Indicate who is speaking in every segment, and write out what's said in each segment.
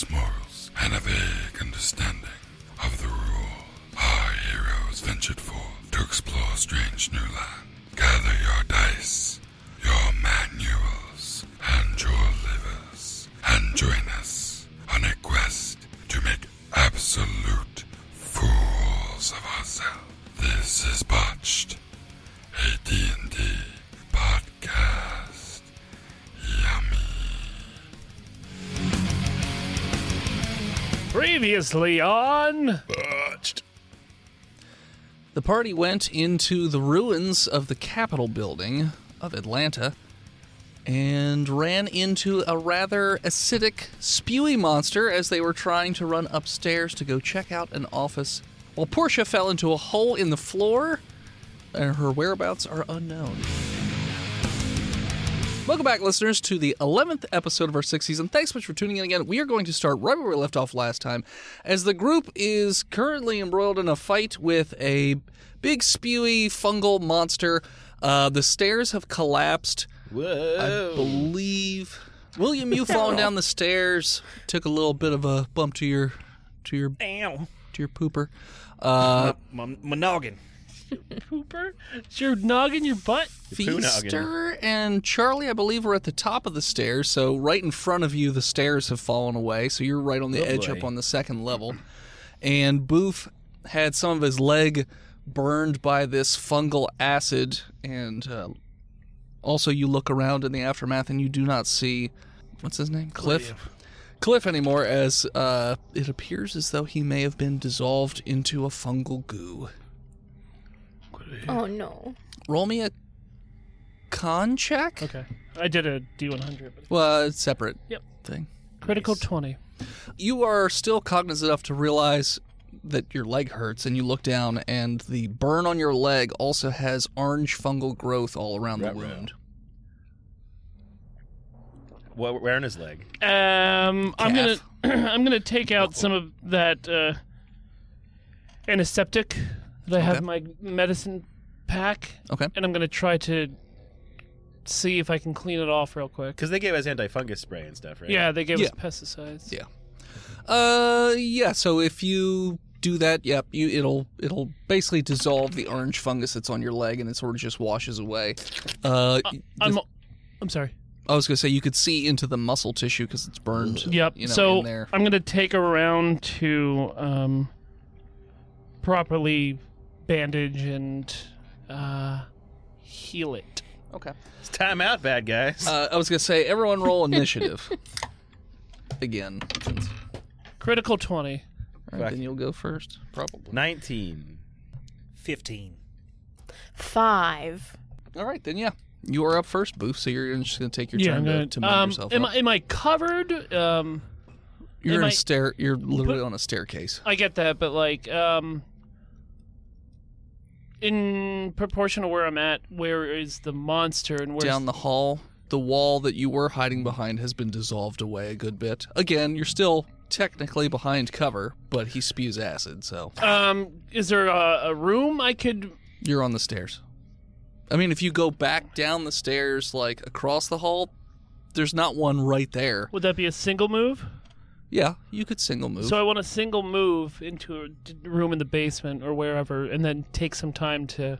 Speaker 1: purpose and a vague understanding of the rule, our heroes ventured forth to explore strange new land. Gather your dice, your manuals, and your livers, and join us on a quest to make absolute fools of ourselves. This is Botched, a D&D podcast.
Speaker 2: Previously on.
Speaker 3: The party went into the ruins of the Capitol building of Atlanta and ran into a rather acidic, spewy monster as they were trying to run upstairs to go check out an office. While Portia fell into a hole in the floor, and her whereabouts are unknown. Welcome back, listeners, to the 11th episode of our sixth season. Thanks so much for tuning in again. We are going to start right where we left off last time, as the group is currently embroiled in a fight with a big, spewy, fungal monster. Uh, the stairs have collapsed. I believe William, you falling down the stairs took a little bit of a bump to your to your
Speaker 2: Ow.
Speaker 3: to your pooper. Uh,
Speaker 2: My, my noggin. Pooper? Is your noggin your butt?
Speaker 3: Feaster and Charlie, I believe, were at the top of the stairs. So right in front of you, the stairs have fallen away. So you're right on the edge
Speaker 2: boy.
Speaker 3: up on the second level. And Boof had some of his leg burned by this fungal acid. And uh, also, you look around in the aftermath and you do not see what's his name, Cliff. Cliff anymore, as uh, it appears as though he may have been dissolved into a fungal goo.
Speaker 4: Oh no.
Speaker 3: Roll me a con check.
Speaker 5: Okay. I did a D100. But
Speaker 3: Well, uh, it's separate.
Speaker 5: Yep.
Speaker 3: Thing.
Speaker 5: critical 20.
Speaker 3: You are still cognizant enough to realize that your leg hurts, and you look down, and the burn on your leg also has orange fungal growth all around the
Speaker 6: Ruh-roh.
Speaker 3: wound.
Speaker 6: Wha- Where in his leg?
Speaker 5: Um, I'm going
Speaker 3: Calf.
Speaker 5: to I'm going to take out some of that uh, antiseptic that I have in my medicine pack
Speaker 3: Okay.
Speaker 5: and I'm going to try to see if I can clean it off real quick.
Speaker 6: Because they gave us antifungus spray and stuff, right?
Speaker 5: Yeah, they gave us
Speaker 3: Yeah.
Speaker 5: pesticides.
Speaker 3: Yeah. Uh, yeah. So if you do that, yep, you it'll it'll basically dissolve the orange fungus that's on your leg, and it sort of just washes away. Uh,
Speaker 5: I'm I'm sorry.
Speaker 3: I was gonna say you could see into the muscle tissue because it's burned.
Speaker 5: Yep.
Speaker 3: You know,
Speaker 5: so
Speaker 3: in there.
Speaker 5: I'm going to take around to um, properly bandage and uh, heal it.
Speaker 3: Okay.
Speaker 6: It's time out, bad guys.
Speaker 3: Uh, I was gonna say everyone roll initiative. Again, since-
Speaker 5: Critical 20.
Speaker 3: all right,
Speaker 6: Fuck.
Speaker 3: then you'll go first, probably.
Speaker 6: 19.
Speaker 2: 15.
Speaker 4: Five.
Speaker 3: All right, then yeah, you are up first, Boof. So you're just gonna take your time to, to mend
Speaker 5: um,
Speaker 3: yourself
Speaker 5: am,
Speaker 3: up.
Speaker 5: I, am I covered? Um,
Speaker 3: you're
Speaker 5: am
Speaker 3: in a
Speaker 5: I-
Speaker 3: stair. You're literally on a staircase.
Speaker 5: I get that, but like, um, in proportion to where I'm at, where is the monster and where's
Speaker 3: Down the hall, the wall that you were hiding behind has been dissolved away a good bit. Again, you're still technically behind cover, but he spews acid, so
Speaker 5: um, is there a, a room I could?
Speaker 3: you're on the stairs. I mean, if you go back down the stairs, like across the hall, there's not one right there.
Speaker 5: Would that be a single move?
Speaker 3: Yeah, you could single move.
Speaker 5: So I want a single move into a d- room in the basement or wherever, and then take some time to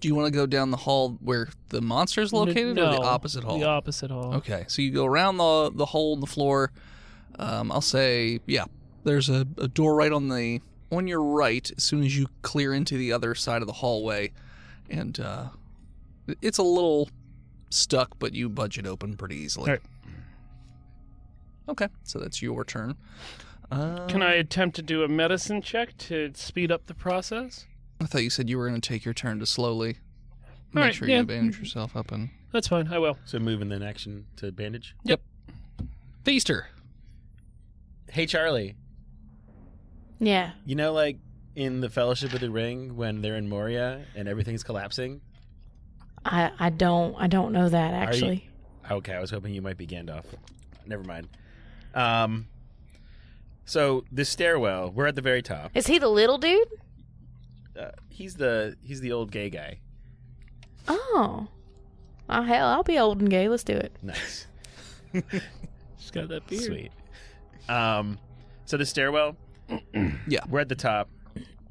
Speaker 3: Do you want to go down the hall where the monster's located,
Speaker 5: no,
Speaker 3: or the opposite hall?
Speaker 5: The opposite hall.
Speaker 3: Okay, so you go around the the hole in the floor. Um, I'll say, yeah. There's a, a door right on the on your right. As soon as you clear into the other side of the hallway, and uh, it's a little stuck, but you budge it open pretty easily.
Speaker 5: All right.
Speaker 3: Okay, so that's your turn. Uh,
Speaker 5: Can I attempt to do a medicine check to speed up the process?
Speaker 3: I thought you said you were going to take your turn to slowly make
Speaker 5: right,
Speaker 3: sure
Speaker 5: yeah.
Speaker 3: you bandage yourself up and
Speaker 5: That's fine. I will.
Speaker 6: So move and then action to bandage.
Speaker 3: feaster.
Speaker 6: Hey, Charlie.
Speaker 4: Yeah.
Speaker 6: You know, like in the Fellowship of the Ring when they're in Moria and everything's collapsing?
Speaker 4: I I don't I don't know that
Speaker 6: you-
Speaker 4: actually.
Speaker 6: Okay, I was hoping you might be Gandalf. Never mind. Um, so the stairwell, we're at the very top.
Speaker 4: Is he the little dude?
Speaker 6: Uh, he's the he's the old gay guy.
Speaker 4: Oh. Oh hell, I'll be old and gay. Let's do it.
Speaker 6: Nice.
Speaker 5: She's got that beard.
Speaker 6: Sweet. Um, So the stairwell.
Speaker 3: Yeah.
Speaker 6: We're at the top.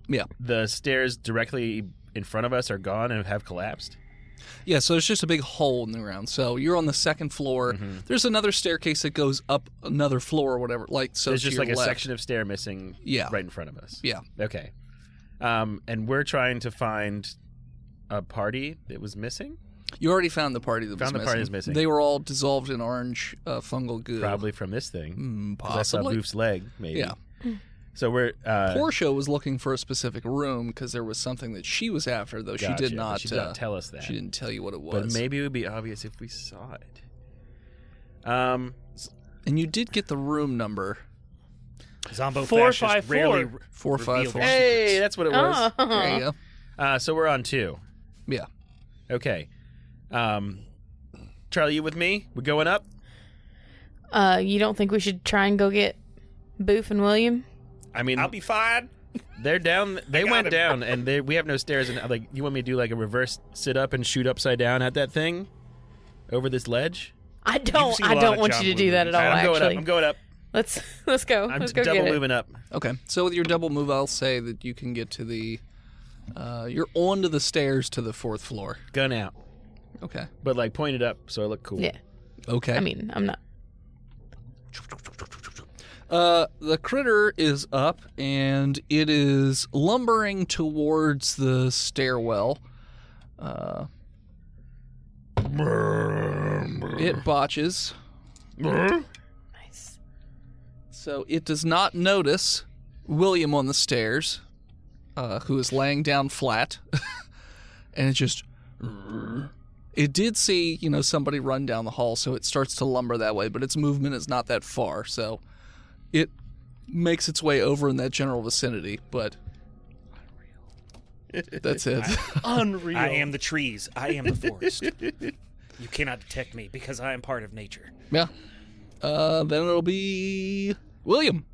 Speaker 3: Yeah.
Speaker 6: The stairs directly in front of us are gone and have collapsed.
Speaker 3: Yeah, so it's just a big hole in the ground. So you're on the second floor.
Speaker 6: Mm-hmm.
Speaker 3: There's another staircase that goes up another floor or whatever. Like so,
Speaker 6: There's
Speaker 3: to
Speaker 6: just
Speaker 3: your
Speaker 6: like a
Speaker 3: left.
Speaker 6: section of stair missing
Speaker 3: Yeah.
Speaker 6: right in front of us.
Speaker 3: Yeah.
Speaker 6: Okay. Um, and we're trying to find a party that was missing.
Speaker 3: You already found the party that
Speaker 6: Found
Speaker 3: was
Speaker 6: the
Speaker 3: missing.
Speaker 6: party that's missing.
Speaker 3: They were all dissolved in orange uh, fungal goo.
Speaker 6: Probably from this thing.
Speaker 3: Mm,
Speaker 6: 'Cause I saw
Speaker 3: possibly.
Speaker 6: Boof's leg, maybe. Mm.
Speaker 3: Yeah.
Speaker 6: So we're uh,
Speaker 3: Portia was looking for a specific room because there was something that she was after, though she
Speaker 6: gotcha,
Speaker 3: did
Speaker 6: but
Speaker 3: not.
Speaker 6: She did not
Speaker 3: uh,
Speaker 6: tell us that.
Speaker 3: She didn't tell you what it
Speaker 6: but
Speaker 3: was.
Speaker 6: maybe it would be obvious if we saw it. Um,
Speaker 3: and you did get the room number
Speaker 2: Zombo
Speaker 7: Four,
Speaker 2: fascists
Speaker 7: five, four. uh,
Speaker 2: rarely
Speaker 3: four five
Speaker 2: Revealed
Speaker 3: four.
Speaker 2: it.
Speaker 6: hey, that's what it was.
Speaker 4: Oh.
Speaker 3: There you go.
Speaker 6: Uh, so we're on two.
Speaker 3: Yeah.
Speaker 6: Okay. Um, Charlie, you with me? We're going up.
Speaker 4: Uh, you don't think we should try and go get Boof and William?
Speaker 6: I mean,
Speaker 2: I'll be fine.
Speaker 6: they're down. They
Speaker 2: got
Speaker 6: went
Speaker 2: him.
Speaker 6: down, and they, we have no stairs. And I'm like, you want me to do like a reverse sit up and shoot upside down at that thing over this ledge?
Speaker 4: I don't.
Speaker 2: seen a
Speaker 4: I
Speaker 2: lot
Speaker 4: don't
Speaker 2: of
Speaker 4: want
Speaker 2: John
Speaker 4: you to
Speaker 2: Woo
Speaker 4: do that at
Speaker 2: movies.
Speaker 4: all.
Speaker 6: All right, I'm
Speaker 4: Oh, actually,
Speaker 6: going up. I'm going up.
Speaker 4: let's let's go.
Speaker 6: I'm
Speaker 4: let's go
Speaker 6: double
Speaker 4: get it.
Speaker 6: moving up.
Speaker 3: Okay. So with your double move, I'll say that you can get to the. Uh, you're onto the stairs to the fourth floor.
Speaker 6: Gun out,
Speaker 3: Okay.
Speaker 6: but like pointed up so I look cool.
Speaker 4: Yeah.
Speaker 3: Okay.
Speaker 4: I mean, I'm not.
Speaker 3: Uh, the critter is up and it is lumbering towards the stairwell. Uh, it botches,
Speaker 4: Nice.
Speaker 3: so it does not notice William on the stairs, uh, who is laying down flat, and it just. It did see, you know, somebody run down the hall, so it starts to lumber that way, but its movement is not that far, so it makes its way over in that general vicinity, but that's it.
Speaker 7: Unreal.
Speaker 2: I am the trees. I am the forest. you cannot detect me because I am part of nature.
Speaker 3: yeah. Uh, then it'll be William.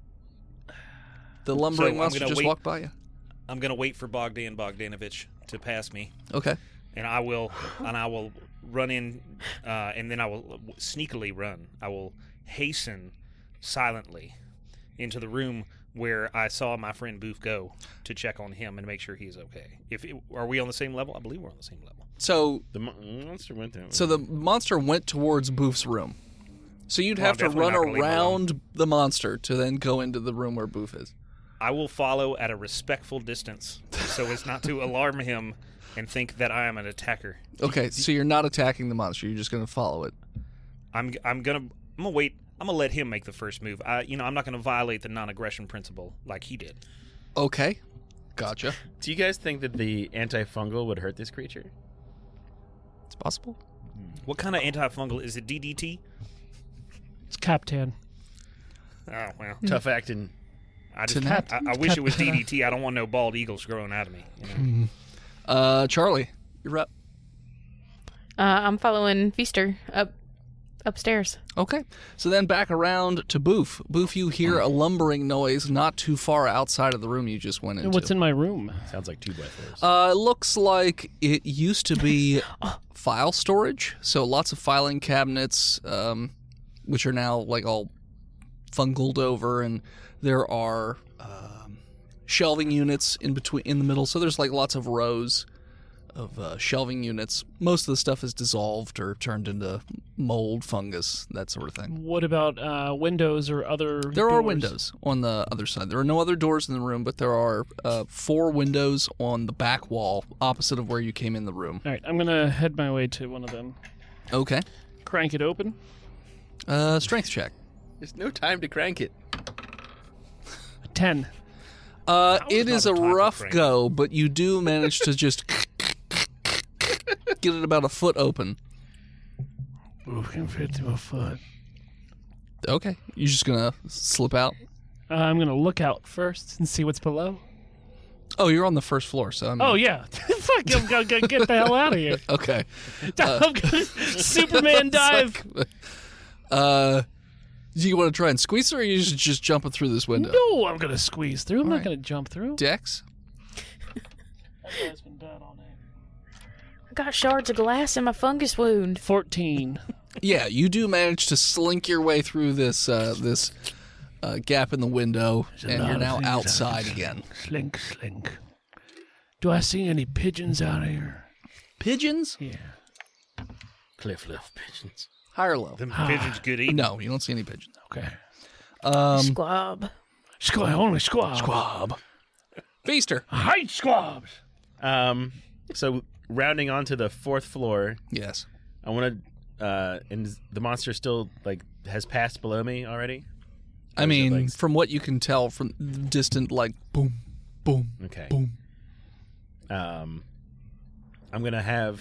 Speaker 3: The lumbering
Speaker 2: I'm
Speaker 3: monster
Speaker 2: gonna
Speaker 3: just
Speaker 2: wait-
Speaker 3: walked by you.
Speaker 2: I'm gonna wait for Bogdan Bogdanovich to pass me,
Speaker 3: Okay.
Speaker 2: and I will, and I will run in, uh, and then I will sneakily run. I will hasten silently into the room where I saw my friend Booth go to check on him and make sure he's okay. If it, are we on the same level? I believe we're on the same level.
Speaker 3: So
Speaker 6: The mon- monster went down.
Speaker 3: so the monster went towards Boof's room. So you'd
Speaker 2: Well,
Speaker 3: have
Speaker 2: I'm
Speaker 3: to
Speaker 2: definitely
Speaker 3: run
Speaker 2: not gonna leave him alone.
Speaker 3: around the monster to then go into the room where Boof is.
Speaker 2: I will follow at a respectful distance so as not to alarm him and think that I am an attacker.
Speaker 3: Okay, so you're not attacking the monster, you're just gonna follow it.
Speaker 2: I'm I'm gonna I'm gonna wait. I'm gonna let him make the first move. I you know I'm not gonna violate the non-aggression principle like he did.
Speaker 3: Okay. Gotcha.
Speaker 6: Do you guys think that the antifungal would hurt this creature?
Speaker 3: It's possible.
Speaker 2: What kind of antifungal is it? DDT?
Speaker 7: It's Captain.
Speaker 2: Oh well,
Speaker 4: Hmm.
Speaker 6: Tough acting.
Speaker 2: I just
Speaker 3: Tonight.
Speaker 2: I, I wish it was DDT. I don't want no bald eagles growing out of me. you know?
Speaker 3: Uh Charlie, you're up.
Speaker 4: Uh, I'm following Feaster up upstairs.
Speaker 3: Okay. So then back around to Boof. Boof, you hear a lumbering noise not too far outside of the room you just went into.
Speaker 7: What's in my room?
Speaker 6: Sounds like two by fours.
Speaker 3: Uh, it looks like it used to be file storage. So lots of filing cabinets, um, which are now like all fungled over, and there are um, shelving units in between in the middle. So there's like lots of rows of uh, shelving units. Most of the stuff is dissolved or turned into mold, fungus, that sort of thing.
Speaker 7: What about uh, windows or other?
Speaker 3: There are
Speaker 7: doors?
Speaker 3: windows on the other side. There are no other doors in the room, but there are uh, four windows on the back wall, opposite of where you came in the room.
Speaker 7: All right, I'm gonna head my way to one of them.
Speaker 3: Okay.
Speaker 7: Crank it open.
Speaker 3: Uh, strength check.
Speaker 6: There's no time to crank it.
Speaker 7: Ten.
Speaker 3: Uh,
Speaker 2: was
Speaker 3: it
Speaker 2: not
Speaker 3: is
Speaker 2: a
Speaker 3: a
Speaker 2: type of
Speaker 3: rough
Speaker 2: crank.
Speaker 3: go, but you do manage to just get it about a foot open.
Speaker 7: Oof, can fit to a foot.
Speaker 3: Okay. You're just gonna slip out.
Speaker 7: Uh, I'm gonna look out first and see what's below.
Speaker 3: Oh, you're on the first floor, so I'm.
Speaker 7: Oh yeah, fuck! I'm gonna, gonna get the hell out of here.
Speaker 3: Okay.
Speaker 6: Uh,
Speaker 7: I'm gonna Superman dive.
Speaker 3: Uh, do you want to try and squeeze her, or you just just jumping through this
Speaker 6: uh,
Speaker 3: window?
Speaker 7: No, I'm gonna squeeze through. I'm not
Speaker 3: right.
Speaker 7: gonna jump through.
Speaker 3: Dex.
Speaker 4: I got shards of glass in my fungus wound.
Speaker 7: Fourteen.
Speaker 3: Yeah, you do manage to slink your way through this uh, this uh, gap in the window,
Speaker 7: a
Speaker 3: and
Speaker 7: lot
Speaker 3: you're
Speaker 7: of
Speaker 3: now
Speaker 7: things I
Speaker 3: outside
Speaker 7: could
Speaker 3: again.
Speaker 7: Slink, slink. Do I see any pigeons out here?
Speaker 3: Pigeons?
Speaker 7: Yeah.
Speaker 6: Cliff left pigeons.
Speaker 3: High or low?
Speaker 2: Them pigeons good eating.
Speaker 3: No, you don't see any pigeons.
Speaker 7: Okay.
Speaker 3: Um,
Speaker 4: Squab.
Speaker 7: Squab, only squab.
Speaker 3: Squab. Feaster.
Speaker 7: I hate squabs.
Speaker 6: Um, so rounding onto the fourth floor,
Speaker 3: Yes.
Speaker 6: I want to. Uh, and is- the monster still like has passed below me already.
Speaker 3: I
Speaker 6: Those are
Speaker 3: mean,
Speaker 6: like-
Speaker 3: from what you can tell from distant, like boom, boom,
Speaker 6: Okay.
Speaker 3: boom.
Speaker 6: Um, I'm gonna have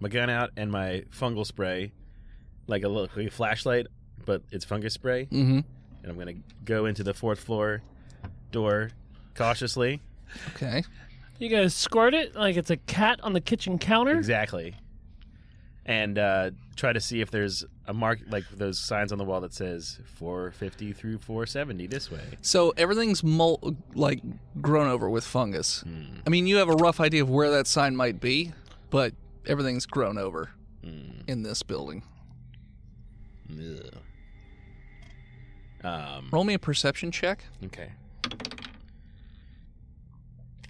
Speaker 6: my gun out and my fungal spray, like a little like a flashlight, but it's fungus spray,
Speaker 3: Mm-hmm.
Speaker 6: and I'm gonna go into the fourth floor door cautiously.
Speaker 3: Okay.
Speaker 7: You gonna squirt it like it's a cat on the kitchen counter?
Speaker 6: Exactly. And uh, try to see if there's a mark like those signs on the wall that says 450 through 470 this way.
Speaker 3: So everything's mul- like grown over with fungus. I mean, you have a rough idea of where that sign might be, but everything's grown over in this building.
Speaker 6: Um,
Speaker 3: Roll me a perception check.
Speaker 6: okay.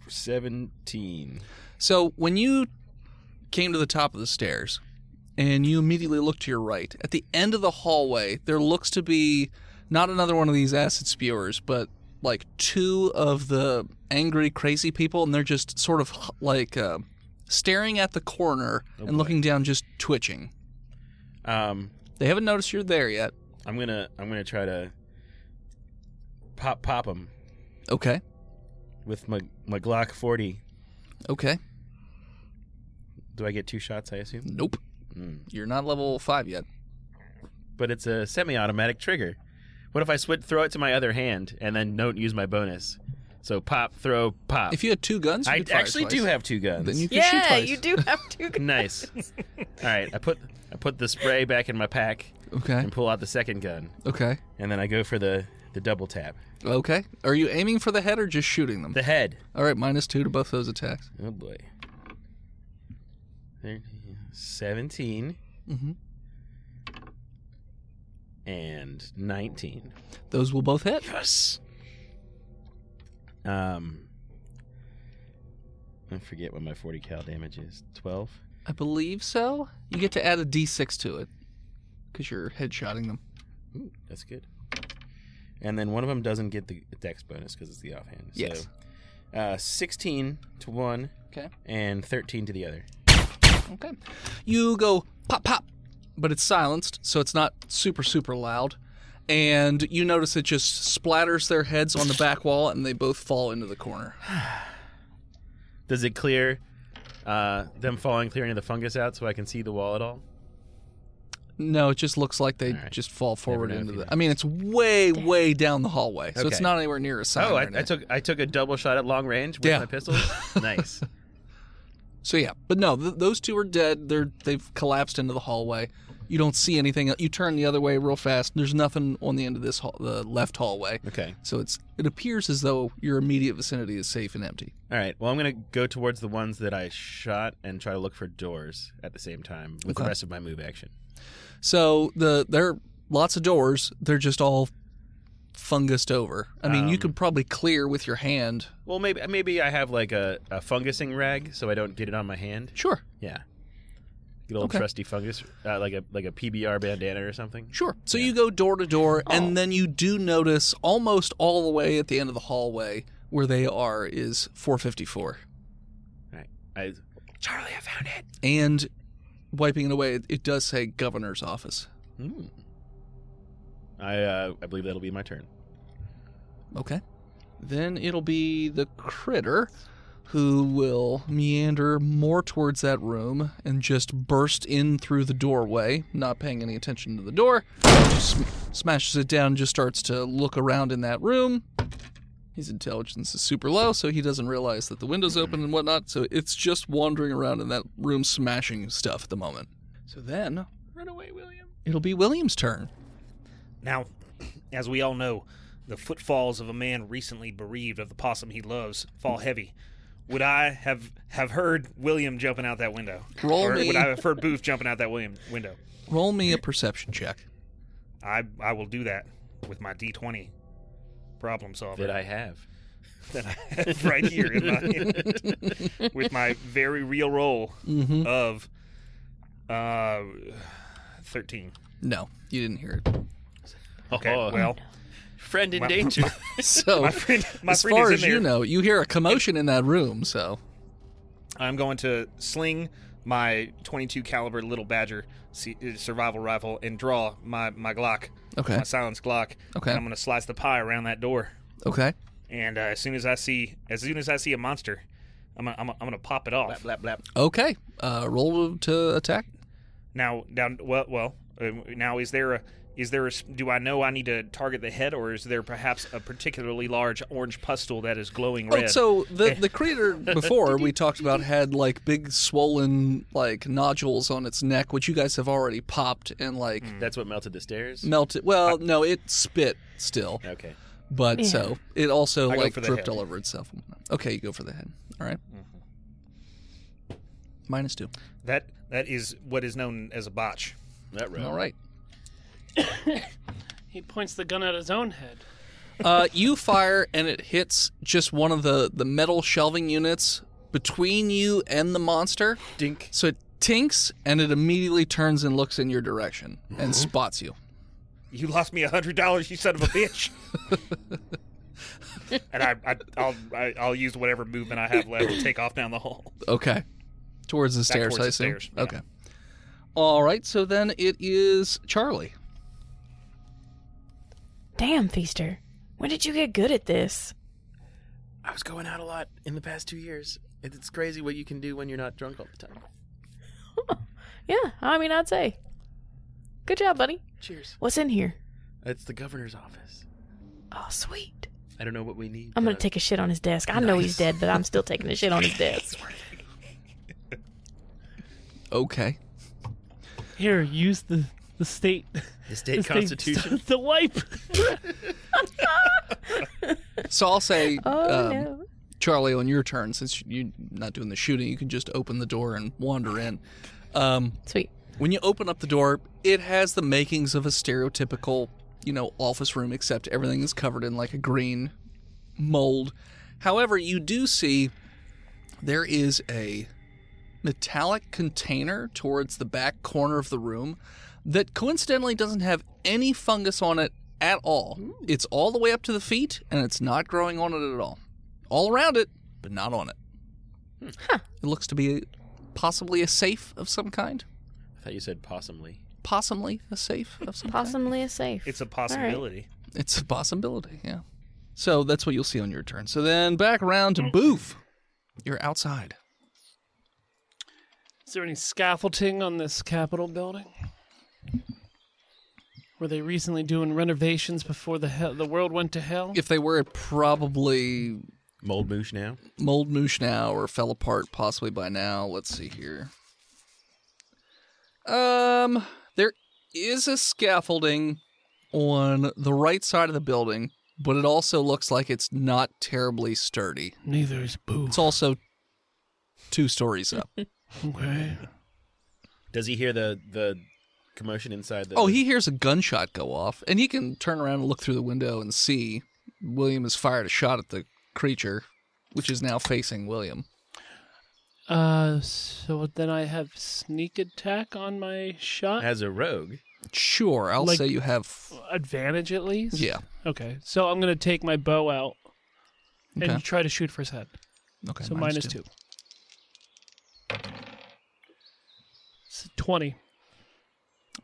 Speaker 6: 17.
Speaker 3: So when you came to the top of the stairs and you immediately looked to your right, at the end of the hallway, there looks to be not another one of these acid spewers, but like two of the angry, crazy people, and they're just sort of h- like uh, staring at the corner and
Speaker 6: Oh, boy.
Speaker 3: looking down, just twitching.
Speaker 6: Um,
Speaker 3: They haven't noticed you're there yet.
Speaker 6: I'm going to I'm going to try to pop pop them
Speaker 3: Okay.
Speaker 6: with my my Glock 40.
Speaker 3: Okay.
Speaker 6: Do I get two shots, I assume?
Speaker 3: Nope.
Speaker 6: Mm.
Speaker 3: You're not level five yet.
Speaker 6: But it's a semi-automatic trigger. What if I switch throw it to my other hand and then don't use my bonus? So pop, throw, pop.
Speaker 3: If you had two guns, you
Speaker 6: I
Speaker 3: could fire
Speaker 6: actually
Speaker 3: twice.
Speaker 6: do have two guns.
Speaker 3: Then you could shoot
Speaker 4: Yeah,
Speaker 3: twice.
Speaker 4: you do have to. go-
Speaker 6: nice. All right, I put I put the spray back in my pack
Speaker 3: Okay.
Speaker 6: and pull out the second gun,
Speaker 3: Okay.
Speaker 6: and then I go for the the double tap.
Speaker 3: Okay. Are you aiming for the head or just shooting them?
Speaker 6: The head.
Speaker 3: All right, minus two to both those attacks.
Speaker 6: Oh boy. There- 17
Speaker 3: Mm-hmm.
Speaker 6: and 19.
Speaker 3: Those will both hit.
Speaker 6: Yes. Um I forget what my 40 cal damage is. 12.
Speaker 3: I believe so. You get to add a d6 to it because you're headshotting them.
Speaker 6: Ooh, that's good. And then one of them doesn't get the dex bonus because it's the offhand.
Speaker 3: Yes.
Speaker 6: So, uh, 16 to one
Speaker 3: Okay.
Speaker 6: and 13 to the other.
Speaker 3: Okay. You go pop, pop, but it's silenced, so it's not super, super loud. And you notice it just splatters their heads on the back wall and they both fall into the corner.
Speaker 6: Does it clear uh, them falling clear into the fungus out so I can see the wall at all?
Speaker 3: No, it just looks like they
Speaker 6: All right.
Speaker 3: just fall forward
Speaker 6: know if
Speaker 3: into
Speaker 6: you
Speaker 3: the.
Speaker 6: know.
Speaker 3: I mean, it's way, way down the hallway, so it's
Speaker 6: Okay.
Speaker 3: not anywhere near a sign.
Speaker 6: Oh,
Speaker 3: right
Speaker 6: I, I
Speaker 3: now.
Speaker 6: took I took a double shot at long range with
Speaker 3: Yeah.
Speaker 6: my pistols. nice.
Speaker 3: So yeah, but no, th- those two are dead. They're they've collapsed into the hallway. You don't see anything. You turn the other way real fast. There's nothing on the end of this hall, the left hallway.
Speaker 6: Okay.
Speaker 3: So it's it appears as though your immediate vicinity is safe and empty.
Speaker 6: All right. Well, I'm gonna go towards the ones that I shot and try to look for doors at the same time with the
Speaker 3: Okay.
Speaker 6: rest of my move action.
Speaker 3: So the there are lots of doors. They're just all fungused over. I mean, you
Speaker 6: Um,
Speaker 3: could probably clear with your hand.
Speaker 6: Well, maybe maybe I have like a, a fungusing rag so I don't get it on my hand.
Speaker 3: Sure,
Speaker 6: Yeah. Good old
Speaker 3: Okay.
Speaker 6: trusty fungus, uh, like a like a PBR bandana or something.
Speaker 3: sure. So you go door to door,
Speaker 6: Oh.
Speaker 3: and then you do notice almost all the way at the end of the hallway where they are is 454.
Speaker 6: I, Charlie, I found it.
Speaker 3: and wiping it away, it, it does say governor's office.
Speaker 6: Hmm. I uh, I believe that'll be my turn.
Speaker 3: Okay. Then it'll be the critter who will meander more towards that room and just burst in through the doorway, not paying any attention to the door. Sm- smashes it down, just starts to look around in that room. His intelligence is super low, so he doesn't realize that the window's open and whatnot, so it's just wandering around in that room smashing stuff at the moment. So then
Speaker 7: Run away, William.
Speaker 3: it'll be William's turn.
Speaker 2: Now, as we all know, the footfalls of a man recently bereaved of the possum he loves fall heavy. Would I have have heard William jumping out that window?
Speaker 3: Roll
Speaker 2: or
Speaker 3: me.
Speaker 2: would I have heard Booth jumping out that William window?
Speaker 3: Roll me a perception check.
Speaker 2: I I will do that with my D twenty problem solver
Speaker 6: that I have.
Speaker 2: that I have right here in my hand with my very real roll
Speaker 3: Mm-hmm.
Speaker 2: of uh, 13.
Speaker 3: No, you didn't hear it.
Speaker 2: Okay,
Speaker 6: Oh.
Speaker 2: well,
Speaker 6: friend in
Speaker 2: my-
Speaker 6: danger.
Speaker 3: So,
Speaker 2: my friend, my
Speaker 3: as
Speaker 2: friend
Speaker 3: far
Speaker 2: is in
Speaker 3: as
Speaker 2: there.
Speaker 3: you know, you hear a commotion in that room. So,
Speaker 2: I'm going to sling my 22 caliber little badger se- uh, survival rifle and draw my, my Glock,
Speaker 3: okay,
Speaker 2: my silenced Glock.
Speaker 3: Okay.
Speaker 2: And I'm going to slice the pie around that door.
Speaker 3: okay,
Speaker 2: And uh, as soon as I see, as soon as I see a monster, I'm gonna, I'm gonna, I'm gonna pop it off.
Speaker 6: blap blap blap.
Speaker 3: okay. Uh, roll to attack.
Speaker 2: Now, down. Well, well. uh, Now, is there a? Is there? A, s- do I know I need to target the head, or is there perhaps a particularly large orange pustule that is glowing
Speaker 3: Oh,
Speaker 2: red?
Speaker 3: so
Speaker 2: Eh.
Speaker 3: the the creature before we talked about had like big swollen like nodules on its neck, which you guys have already popped and like
Speaker 2: Mm.
Speaker 6: That's what melted the stairs.
Speaker 3: melted. Well, no, it spit still,
Speaker 6: okay.
Speaker 3: but
Speaker 4: Yeah.
Speaker 3: so it also
Speaker 2: I go
Speaker 3: like
Speaker 2: for the
Speaker 3: dripped
Speaker 2: head.
Speaker 3: all over itself. Okay, you go for the head. All right.
Speaker 2: Mm-hmm.
Speaker 3: Minus two.
Speaker 2: that that is what is known as a botch.
Speaker 6: That
Speaker 2: Oh.
Speaker 6: row.
Speaker 3: All right.
Speaker 7: He points the gun at his own head.
Speaker 3: Uh, you fire and it hits just one of the, the metal shelving units between you and the monster.
Speaker 6: Dink.
Speaker 3: So it tinks and it immediately turns and looks in your direction
Speaker 2: Mm-hmm.
Speaker 3: and spots you.
Speaker 2: You lost me a hundred dollars, you son of a bitch. and I, I, I'll, I, I'll use whatever movement I have left to take off down the hall.
Speaker 3: Okay. Towards the stairs,
Speaker 2: towards
Speaker 3: I
Speaker 2: the
Speaker 3: assume.
Speaker 2: stairs, yeah.
Speaker 3: Okay. All right. So then it is Charlie.
Speaker 4: Damn, Feaster. When did you get good at this?
Speaker 6: I was going out a lot in the past two years. It- It's crazy what you can do when you're not drunk all the time.
Speaker 4: Yeah, I mean, I'd say. Good job, buddy.
Speaker 6: Cheers.
Speaker 4: What's in here?
Speaker 6: It's the governor's office.
Speaker 4: Oh, sweet.
Speaker 6: I don't know what we need. uh,
Speaker 4: I'm going
Speaker 6: but-
Speaker 4: to take a shit on his desk. I know he's dead, but I'm still taking a shit on his desk.
Speaker 3: Okay.
Speaker 7: Here, use the the state
Speaker 6: the
Speaker 7: the
Speaker 6: state
Speaker 7: state-
Speaker 6: constitution.
Speaker 7: the wipe.
Speaker 3: So I'll say,
Speaker 4: Oh,
Speaker 3: um,
Speaker 4: no.
Speaker 3: Charlie, on your turn, since you're not doing the shooting, you can just open the door and wander in. Um,
Speaker 4: Sweet.
Speaker 3: When you open up the door, it has the makings of a stereotypical, you know, office room, except everything is covered in like a green mold. However, you do see there is a metallic container towards the back corner of the room that coincidentally doesn't have any fungus on it at all. It's all the way up to the feet and it's not growing on it at all. All around it, but not on it. It looks to be possibly a safe of some kind
Speaker 6: I thought you said possumly.
Speaker 3: possibly a safe of some kind.
Speaker 4: Possibly a safe.
Speaker 2: It's a possibility.
Speaker 3: It's a possibility, yeah. So that's what you'll see on your turn. So then back around to Boof. You're outside.
Speaker 7: Is there any scaffolding on this Capitol building? Were they recently doing renovations before the hell, the world went to hell?
Speaker 3: If they were, it probably
Speaker 6: Mold moosh now.
Speaker 3: mold moosh now or fell apart possibly by now. Let's see here. Um, there is a scaffolding on the right side of the building, but it also looks like it's not terribly sturdy.
Speaker 7: Neither is Boo.
Speaker 3: It's also two stories up.
Speaker 7: Okay.
Speaker 6: Does he hear the the commotion inside the?
Speaker 3: Oh, he hears a gunshot go off, and he can turn around and look through the window and see William has fired a shot at the creature, which is now facing William.
Speaker 7: Uh, so then I have sneak attack on my shot
Speaker 6: as a rogue.
Speaker 3: Sure, I'll
Speaker 7: Like-
Speaker 3: say you have.
Speaker 7: advantage at least.
Speaker 3: Yeah.
Speaker 7: Okay. So I'm gonna take my bow out
Speaker 3: Okay.
Speaker 7: and try to shoot for his head.
Speaker 3: okay.
Speaker 7: so minus two. It's Twenty.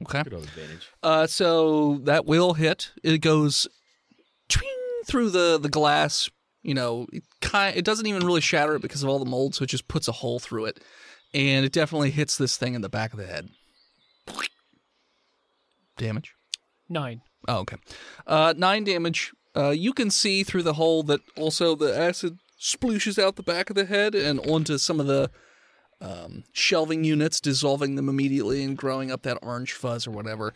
Speaker 3: Okay.
Speaker 6: Good old advantage.
Speaker 3: Uh, so that will hit. It goes twing through the the glass. You know, it kind it doesn't even really shatter it because of all the mold, so it just puts a hole through it, and it definitely hits this thing in the back of the head. Damage.
Speaker 7: Nine.
Speaker 3: Oh, okay. Uh, nine damage. Uh, you can see through the hole that also the acid splooshes out the back of the head and onto some of the um, shelving units, dissolving them immediately and growing up that orange fuzz or whatever.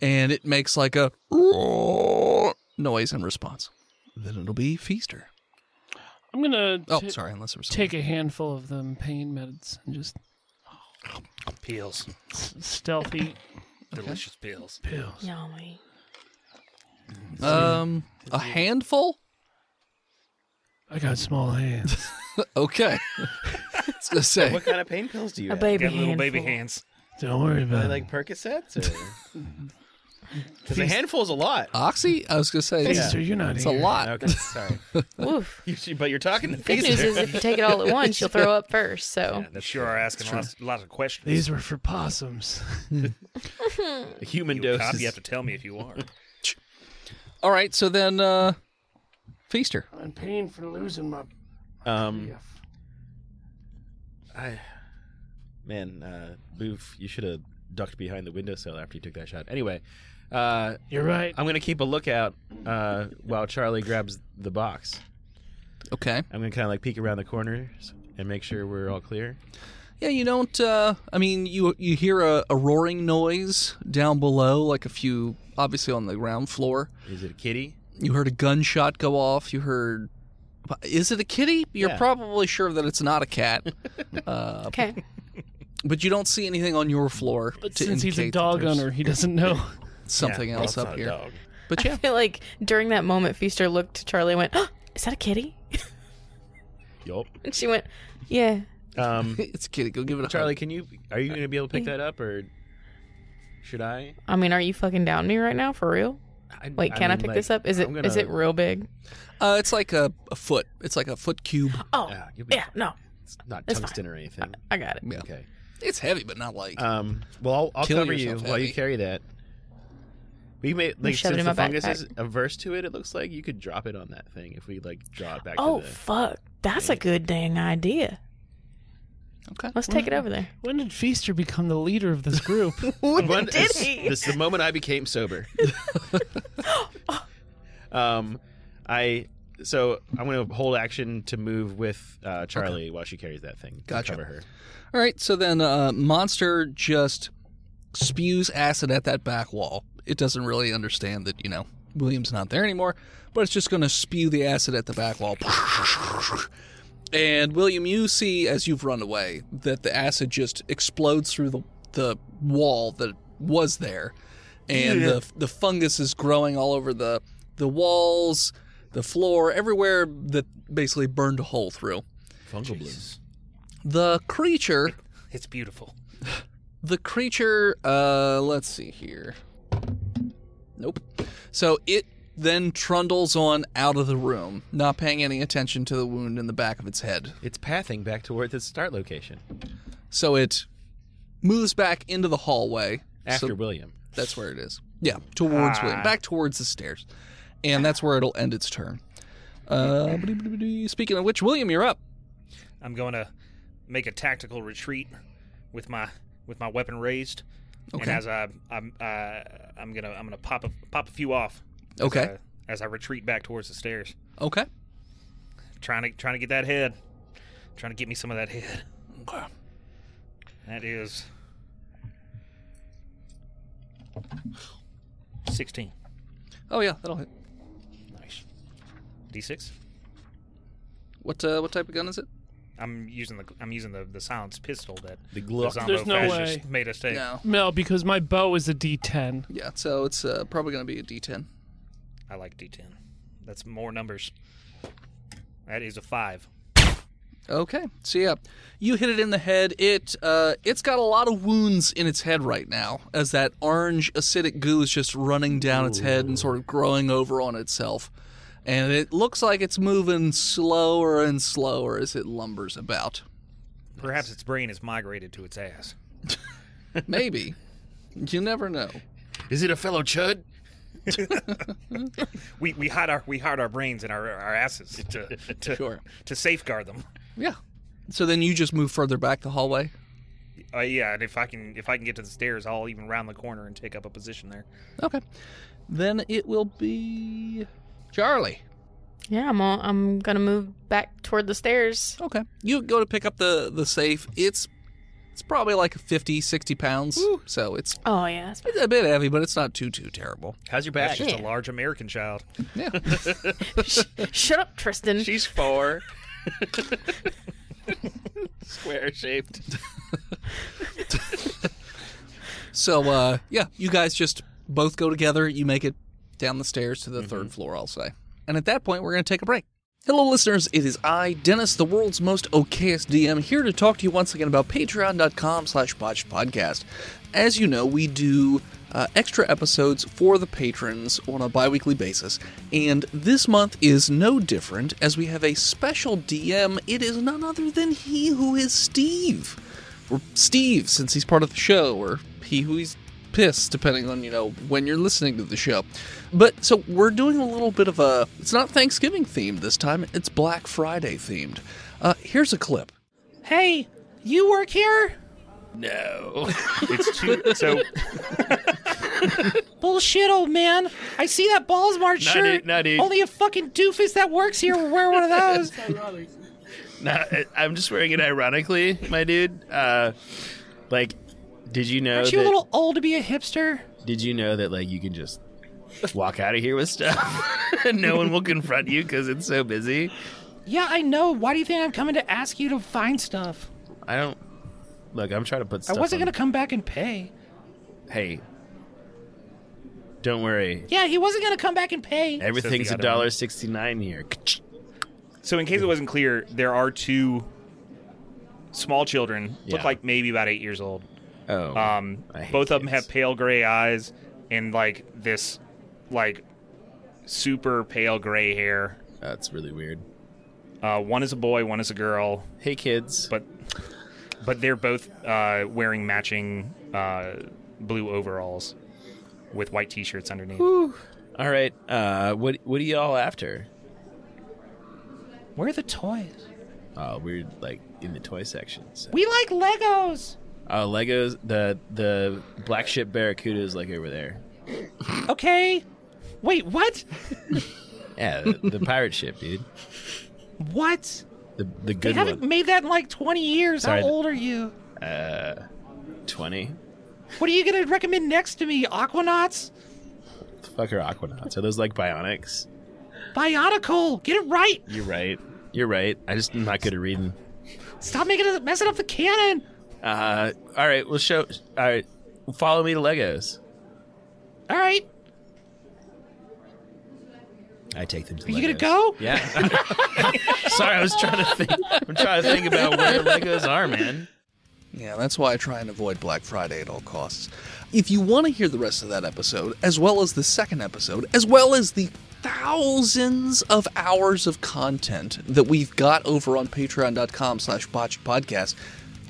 Speaker 3: And it makes like a noise in response. Then it'll be Feaster.
Speaker 7: I'm gonna
Speaker 3: Oh,
Speaker 7: ta-
Speaker 3: sorry, unless there was
Speaker 7: take a handful of them pain meds and just
Speaker 2: Pills,
Speaker 7: s- stealthy
Speaker 2: delicious pills.
Speaker 7: pills.
Speaker 4: Yummy.
Speaker 3: Um, a handful.
Speaker 7: I got small hands.
Speaker 3: Okay. It's gonna say
Speaker 6: What kind of pain pills do you
Speaker 4: A
Speaker 6: have?
Speaker 4: baby
Speaker 2: Got little baby
Speaker 4: handful.
Speaker 2: hands.
Speaker 7: Don't worry
Speaker 6: Are they
Speaker 7: about it.
Speaker 6: like Percocets? Because a handful's a lot.
Speaker 3: oxy. I was gonna say
Speaker 7: Phaser, you're not
Speaker 3: it's a
Speaker 7: here.
Speaker 3: lot.
Speaker 6: Okay, sorry.
Speaker 4: Woof.
Speaker 6: You should- but you're talking to
Speaker 4: Good news is if you take it all at once, you'll throw up first. So
Speaker 2: You sure are asking lots, lots of questions.
Speaker 7: These were for possums.
Speaker 6: a human
Speaker 2: you a
Speaker 6: dose.
Speaker 2: cop, you
Speaker 6: is-
Speaker 2: have to tell me if you are.
Speaker 3: All right. So then, uh, Feaster.
Speaker 7: I'm in pain for losing my
Speaker 6: Um, I, man, uh, Boof, you should have ducked behind the windowsill after you took that shot. Anyway, uh,
Speaker 7: You're right.
Speaker 6: I'm gonna keep a lookout uh, while Charlie grabs the box.
Speaker 3: Okay.
Speaker 6: I'm gonna kind of like peek around the corners and make sure we're all clear.
Speaker 3: Yeah, you don't. Uh, I mean, you you hear a, a roaring noise down below, like a few, obviously on the ground floor.
Speaker 6: Is it a kitty?
Speaker 3: You heard a gunshot go off. You heard. Is it a kitty? You're
Speaker 6: Yeah.
Speaker 3: probably sure that it's not a cat,
Speaker 4: okay,
Speaker 3: but you don't see anything on your floor.
Speaker 7: But
Speaker 3: to
Speaker 7: since he's a
Speaker 3: indicate that
Speaker 7: dog
Speaker 3: there's
Speaker 7: owner, he doesn't know.
Speaker 3: something
Speaker 2: Yeah,
Speaker 3: else
Speaker 2: that's
Speaker 3: up
Speaker 2: not a
Speaker 3: here.
Speaker 2: dog.
Speaker 3: But
Speaker 4: I
Speaker 3: yeah,
Speaker 4: feel like during that moment, Feaster looked to Charlie and went, oh, "Is that a kitty?"
Speaker 6: Yup.
Speaker 4: And she went, "Yeah."
Speaker 6: Um,
Speaker 3: it's a kitty. Go give it a hug.
Speaker 6: Charlie, can you? Are you gonna be able to pick that up, or should I?
Speaker 4: I mean, are you fucking down me right now for real?
Speaker 6: I
Speaker 4: Wait, can I,
Speaker 6: mean,
Speaker 4: pick
Speaker 6: like,
Speaker 4: this up? Is it is
Speaker 6: I'm gonna-
Speaker 4: it real big?
Speaker 3: Uh, it's like a, a foot. It's like a foot cube.
Speaker 4: Oh,
Speaker 6: Ah, you'll be
Speaker 4: yeah, Uh,
Speaker 6: fine.
Speaker 4: no,
Speaker 6: It's not
Speaker 4: it's
Speaker 6: tungsten or anything.
Speaker 4: I got it.
Speaker 3: Yeah.
Speaker 6: Okay.
Speaker 3: It's heavy, but not like.
Speaker 6: Um, well, I'll, I'll
Speaker 3: Kill
Speaker 6: cover you
Speaker 3: yourself,
Speaker 6: while
Speaker 3: Abby.
Speaker 6: you carry that. We may
Speaker 4: gonna
Speaker 6: like
Speaker 4: shove it
Speaker 6: since
Speaker 4: in
Speaker 6: the
Speaker 4: my
Speaker 6: fungus
Speaker 4: backpack.
Speaker 6: is averse to it. It looks like you could drop it on that thing if we like draw it back.
Speaker 4: Oh
Speaker 6: to the...
Speaker 4: fuck, that's a good dang idea.
Speaker 3: okay.
Speaker 4: Let's take it over there.
Speaker 7: When did Feaster become the leader of this group?
Speaker 6: When-
Speaker 4: did
Speaker 6: this,
Speaker 4: he?
Speaker 6: this is the moment I became sober. um, I so I'm going to hold action to move with uh, Charlie while she carries that thing. to
Speaker 3: Gotcha.
Speaker 6: Cover her.
Speaker 3: All right, so then uh, Monster just spews acid at that back wall. It doesn't really understand that, you know, William's not there anymore, but it's just going to spew the acid at the back wall. And William, you see as you've run away that the acid just explodes through the, the wall that was there. And the, the fungus is growing all over the, the walls, the floor, everywhere that basically burned a hole through.
Speaker 6: Fungal blooms.
Speaker 3: The creature
Speaker 2: It's beautiful.
Speaker 3: the creature uh let's see here nope so it then trundles on out of the room not paying any attention to the wound in the back of its head
Speaker 6: It's pathing back toward its start location
Speaker 3: so it moves back into the hallway
Speaker 6: after
Speaker 3: so
Speaker 6: William.
Speaker 3: that's where it is yeah towards William, back towards the stairs and that's where it'll end its turn uh, speaking of which william you're up
Speaker 2: I'm going to make a tactical retreat with my with my weapon raised, and
Speaker 3: Okay.
Speaker 2: as I I'm uh, I'm gonna I'm gonna pop a pop a few off. as
Speaker 3: Okay.
Speaker 2: I- as I retreat back towards the stairs,
Speaker 3: okay
Speaker 2: trying to trying to get that head, trying to get me some of that head.
Speaker 3: Okay.
Speaker 2: That is sixteen.
Speaker 3: oh yeah that'll hit
Speaker 2: Nice. D6.
Speaker 3: what uh, what type of gun is it
Speaker 2: I'm using the I'm using the, the silenced pistol that the
Speaker 6: The Gluck.
Speaker 2: Zombo
Speaker 7: There's no
Speaker 2: fascist
Speaker 7: way.
Speaker 2: made us take.
Speaker 3: no
Speaker 7: no, because my bow is a D10.
Speaker 3: yeah so it's uh, probably gonna be a d10
Speaker 2: I like D10. That's more numbers. That is a five.
Speaker 3: Okay. So yeah, you hit it in the head. It uh, it's got a lot of wounds in its head right now, as that orange acidic goo is just running down its head and sort of growing over on itself. And it looks like it's moving slower and slower as it lumbers about.
Speaker 2: Perhaps its brain has migrated to its ass.
Speaker 3: Maybe. you never know.
Speaker 6: Is it a fellow chud?
Speaker 2: We we hide our we hide our brains in our our asses to to,
Speaker 3: Sure.
Speaker 2: to safeguard them.
Speaker 3: Yeah. So then you just move further back the hallway.
Speaker 2: Uh, yeah, and if I can if I can get to the stairs, I'll even round the corner and take up a position there.
Speaker 3: Okay. Then it will be Charlie.
Speaker 4: Yeah, I'm all, I'm gonna move back toward the stairs.
Speaker 3: Okay. You go to pick up the the safe. It's it's probably like 50, 60 pounds. So it's
Speaker 4: Oh yeah, that's
Speaker 3: it's a bit heavy, but it's not too too terrible.
Speaker 6: How's your
Speaker 2: That's
Speaker 6: back?
Speaker 2: just a
Speaker 4: Yeah.
Speaker 2: large American child.
Speaker 3: Yeah.
Speaker 4: Shut up, Tristan.
Speaker 6: She's four. Square shaped.
Speaker 3: so uh yeah, you guys just both go together, you make it down the stairs to the third floor, I'll say. And at that point, we're going to take a break. Hello, listeners. It is I, Dennis, the world's most okayest DM, here to talk to you once again about patreon.com slash botched podcast. As you know, we do uh, extra episodes for the patrons on a bi-weekly basis, and this month is no different as we have a special DM. It is none other than he who is Steve. Or Steve, since he's part of the show, or he who he's piss depending on you know when you're listening to the show but so we're doing a little bit of a it's not thanksgiving themed this time it's black friday themed uh here's a clip
Speaker 7: Hey, you work here?
Speaker 3: no
Speaker 2: It's too so
Speaker 7: Bullshit, old man. I see that Balls Mart
Speaker 6: Not
Speaker 7: shirt.
Speaker 3: e-
Speaker 6: it, not it.
Speaker 7: Only a fucking doofus that works here will wear one of those.
Speaker 6: Nah, I- I'm just wearing it ironically, my dude. Uh, like, did you know?
Speaker 7: Aren't you
Speaker 3: e-
Speaker 6: that,
Speaker 7: a little old to be a hipster?
Speaker 6: Did you know that like you can just walk out of here with stuff, and no one will confront you because it's so busy?
Speaker 7: Yeah, I know. Why do you think I'm coming to ask you to find stuff?
Speaker 6: I don't. Look, I'm trying to put. Stuff
Speaker 7: I wasn't
Speaker 6: on-
Speaker 7: gonna come back and pay.
Speaker 6: Hey, don't worry.
Speaker 7: Yeah, he wasn't gonna come back and
Speaker 6: Eh?
Speaker 7: pay.
Speaker 6: Everything's a
Speaker 2: other one.
Speaker 6: dollar sixty nine here.
Speaker 2: so in case it wasn't clear, there are two small children, look
Speaker 6: Yeah.
Speaker 2: like maybe about eight years old.
Speaker 6: Oh,
Speaker 2: Um,
Speaker 6: I hate
Speaker 2: both of them
Speaker 6: kids.
Speaker 2: have pale gray eyes and like this, like super pale gray hair.
Speaker 6: that's really weird.
Speaker 2: Uh, one is a boy, one is a girl,
Speaker 6: Hey, kids.
Speaker 2: but but they're both uh, wearing matching uh, blue overalls with white t-shirts underneath.
Speaker 6: All right. Uh, what what are y'all after?
Speaker 7: Where are the toys?
Speaker 6: Uh, we're like in the toy section. So.
Speaker 7: We like Legos.
Speaker 6: Uh, Legos. The the black ship Barracuda is like over there.
Speaker 7: Okay. Wait, what?
Speaker 6: Yeah, the, the pirate ship, dude.
Speaker 7: What?
Speaker 6: The the
Speaker 7: They
Speaker 6: good
Speaker 7: haven't
Speaker 6: one.
Speaker 7: made that in like 20 years.
Speaker 6: Sorry,
Speaker 7: How
Speaker 6: th-
Speaker 7: old are you?
Speaker 6: Twenty.
Speaker 7: What are you gonna recommend next to me? Aquanauts?
Speaker 6: Fuck are Aquanauts? Are those like bionics?
Speaker 7: Bionicle. Get it right.
Speaker 6: You're right. You're right. I just am not good at reading.
Speaker 7: Stop making it messing up the canon.
Speaker 6: Uh, all right. We'll show. All right. Follow me to Legos.
Speaker 7: All right.
Speaker 6: I take them to
Speaker 7: Are you gonna
Speaker 6: Legos.
Speaker 7: go?
Speaker 6: Yeah. Sorry, I was trying to think. I'm trying to think about where Legos are, man.
Speaker 3: Yeah, that's why I try and avoid Black Friday at all costs. If you want to hear the rest of that episode, as well as the second episode, as well as the thousands of hours of content that we've got over on patreon.com slash botched podcast,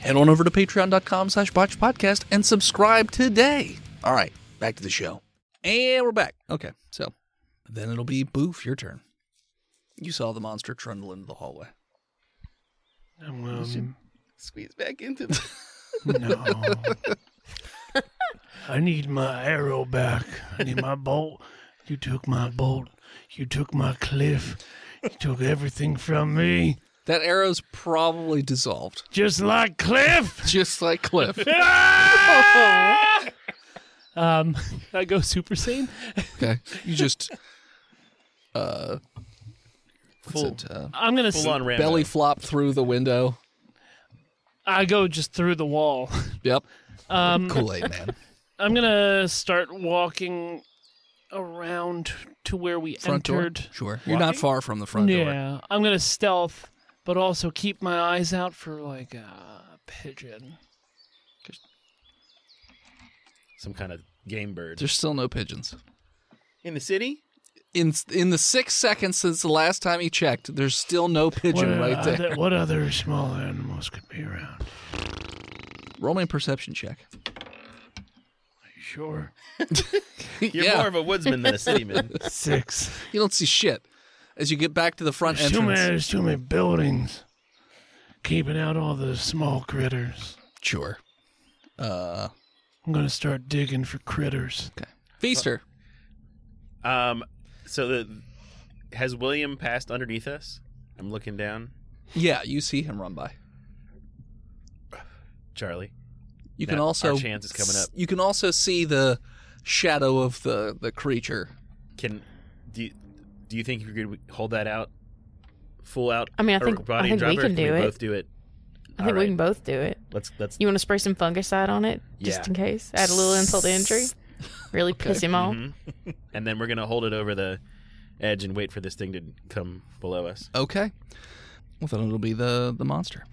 Speaker 3: head on over to patreon.com slash botched podcast and subscribe today. All right, back to the show. And we're back. Okay, so then it'll be Boof, your turn. You saw the monster trundle into the hallway. Squeeze back into the
Speaker 8: No. I need my arrow back. I need my bolt. You took my bolt. You took my cliff. You took everything from me.
Speaker 3: That arrow's probably dissolved,
Speaker 8: Just like Cliff.
Speaker 3: just like Cliff.
Speaker 7: Um, I go Super Saiyan.
Speaker 3: okay, you just uh, what's it, uh
Speaker 7: I'm gonna s-
Speaker 6: Full on Rambo.
Speaker 3: belly flop through the window.
Speaker 7: I go just through the wall.
Speaker 3: Yep. Um, Kool Aid Man,
Speaker 7: I'm gonna start walking around to where we
Speaker 3: front
Speaker 7: entered.
Speaker 3: door. Sure, you're not far from the front door.
Speaker 7: Yeah, I'm gonna stealth, but also keep my eyes out for like a pigeon.
Speaker 6: Some kind of game bird
Speaker 3: There's still no pigeons.
Speaker 6: in the city.
Speaker 3: In in the six seconds since the last time he checked, there's still no
Speaker 8: What,
Speaker 3: pigeon
Speaker 7: uh,
Speaker 3: right
Speaker 8: other,
Speaker 3: there.
Speaker 8: what other small animals could be around?
Speaker 3: Roll me a perception check.
Speaker 8: You sure?
Speaker 6: You're
Speaker 3: yeah,
Speaker 6: more of a woodsman than a cityman.
Speaker 8: Six.
Speaker 3: you don't see shit as you get back to the front
Speaker 8: There's too, many,
Speaker 3: entrance.
Speaker 8: there's too many buildings. Keeping out all the small critters.
Speaker 3: Sure. Uh,
Speaker 8: I'm going to start digging for critters.
Speaker 3: okay. Feaster.
Speaker 6: um, so the has William passed underneath us? I'm looking down,
Speaker 3: Yeah, you see him run by.
Speaker 6: Charlie.
Speaker 3: You can
Speaker 6: Now, our
Speaker 3: also
Speaker 6: chance is coming up.
Speaker 3: You can also see the shadow of the the creature.
Speaker 6: Can do you, do you think you could hold that out, full out?
Speaker 4: I mean, I
Speaker 6: or
Speaker 4: think-
Speaker 6: body
Speaker 4: I think we
Speaker 6: dropper?
Speaker 4: can do
Speaker 6: we
Speaker 4: it.
Speaker 6: Both do it.
Speaker 4: I think
Speaker 6: All
Speaker 4: we
Speaker 6: right.
Speaker 4: can both do it.
Speaker 6: Let's let's.
Speaker 4: You want to spray some fungicide on it, just
Speaker 6: Yeah.
Speaker 4: in case. Add a little insult to injury. Really piss him
Speaker 3: Oh.
Speaker 4: off.
Speaker 6: Mhm. and then we're gonna hold it over the edge and wait for this thing to come below us.
Speaker 3: Okay. Well, then it'll be the the monster.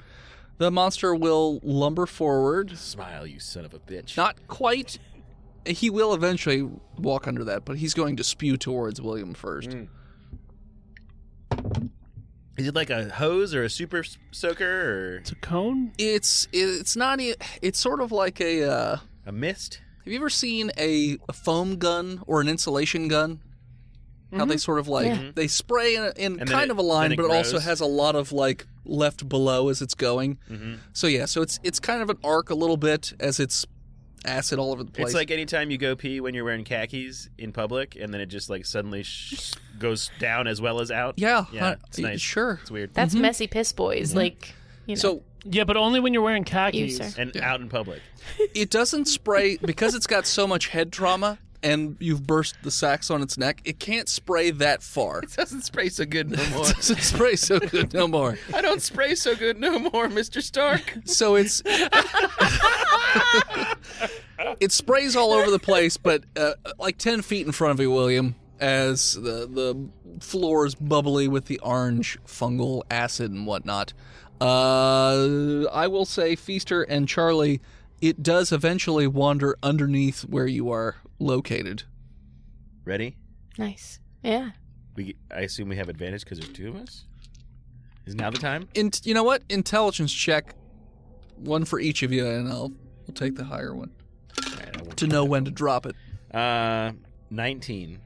Speaker 3: The monster will lumber forward.
Speaker 6: Smile, you son of a bitch.
Speaker 3: Not quite. He will eventually walk under that, but he's going to spew towards William first.
Speaker 6: Is it like a hose or a super s- soaker or
Speaker 7: It's a cone.
Speaker 3: It's it's not. e- It's sort of like a. Uh,
Speaker 6: a mist?
Speaker 3: have you ever seen a, a foam gun or an insulation gun? How they sort of like
Speaker 4: Yeah.
Speaker 3: they spray in, in
Speaker 6: then
Speaker 3: kind
Speaker 6: it-
Speaker 3: of a line,
Speaker 6: then it
Speaker 3: but it also
Speaker 6: grows.
Speaker 3: has a lot of like left below as it's going.
Speaker 6: Mm-hmm.
Speaker 3: So yeah, so it's it's kind of an arc a little bit as it's acid all over the place.
Speaker 6: It's like anytime you go pee when you're wearing khakis in public, and then it just like suddenly sh- goes down as well as out.
Speaker 3: yeah,
Speaker 6: yeah,
Speaker 3: huh,
Speaker 6: it's nice.
Speaker 3: sure.
Speaker 6: It's weird.
Speaker 4: That's messy piss boys. Like, you know.
Speaker 3: So
Speaker 7: Yeah, but only when you're wearing khakis.
Speaker 4: sir.
Speaker 6: and out in public.
Speaker 3: it doesn't spray because it's got so much head trauma and you've burst the sacs on its neck. It can't spray that far. It
Speaker 6: Doesn't spray so good no more.
Speaker 3: doesn't spray so good no more.
Speaker 6: I don't spray so good no more, Mister Stark.
Speaker 3: So it's it sprays all over the place, but uh, like ten feet in front of you, William, as the the floor is bubbly with the orange fungal acid and whatnot. Uh, I will say, Feaster and Charlie, it does eventually wander underneath where you are located.
Speaker 6: Ready?
Speaker 4: nice. Yeah.
Speaker 6: We I assume we have advantage because there's two of us. Is now the time?
Speaker 3: In, you know what? Intelligence check, one for each of you, and I'll we'll take the higher one to know when to drop it.
Speaker 6: Uh, nineteen.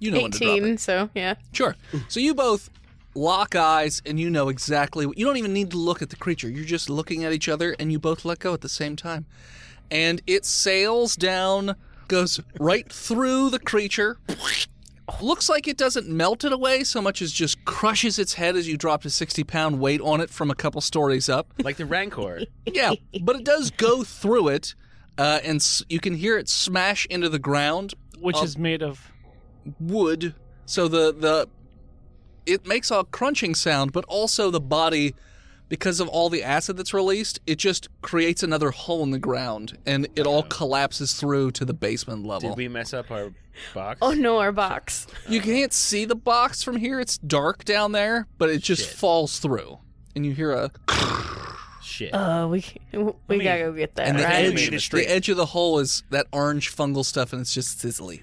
Speaker 3: You know when to drop it.
Speaker 4: 18, so yeah.
Speaker 3: Sure. So you both lock eyes and you know exactly what you don't even need to look at the creature. You're just looking at each other and you both let go at the same time. And it sails down, goes right through the creature. Looks like it doesn't melt it away so much as just crushes its head as you dropped a 60 pound weight on it from a couple stories up.
Speaker 6: Like the Rancor.
Speaker 3: Yeah, but it does go through it, uh, and s- you can hear it smash into the ground
Speaker 7: Which
Speaker 3: Um,
Speaker 7: is made of.
Speaker 3: wood. So the the it makes a crunching sound, but also the body, because of all the acid that's released, it just creates another hole in the ground, and it all collapses through to the basement level.
Speaker 6: Did we mess up our box?
Speaker 4: Oh no, our box.
Speaker 3: you can't see the box from here; it's dark down there, but it just
Speaker 6: Shit.
Speaker 3: falls through, and you hear a
Speaker 6: Shit.
Speaker 4: Uh, we we gotta go get that.
Speaker 3: and the
Speaker 2: made
Speaker 4: right?
Speaker 3: edge the
Speaker 2: a mistake.
Speaker 3: edge of the hole is that orange fungal stuff, and it's just sizzly.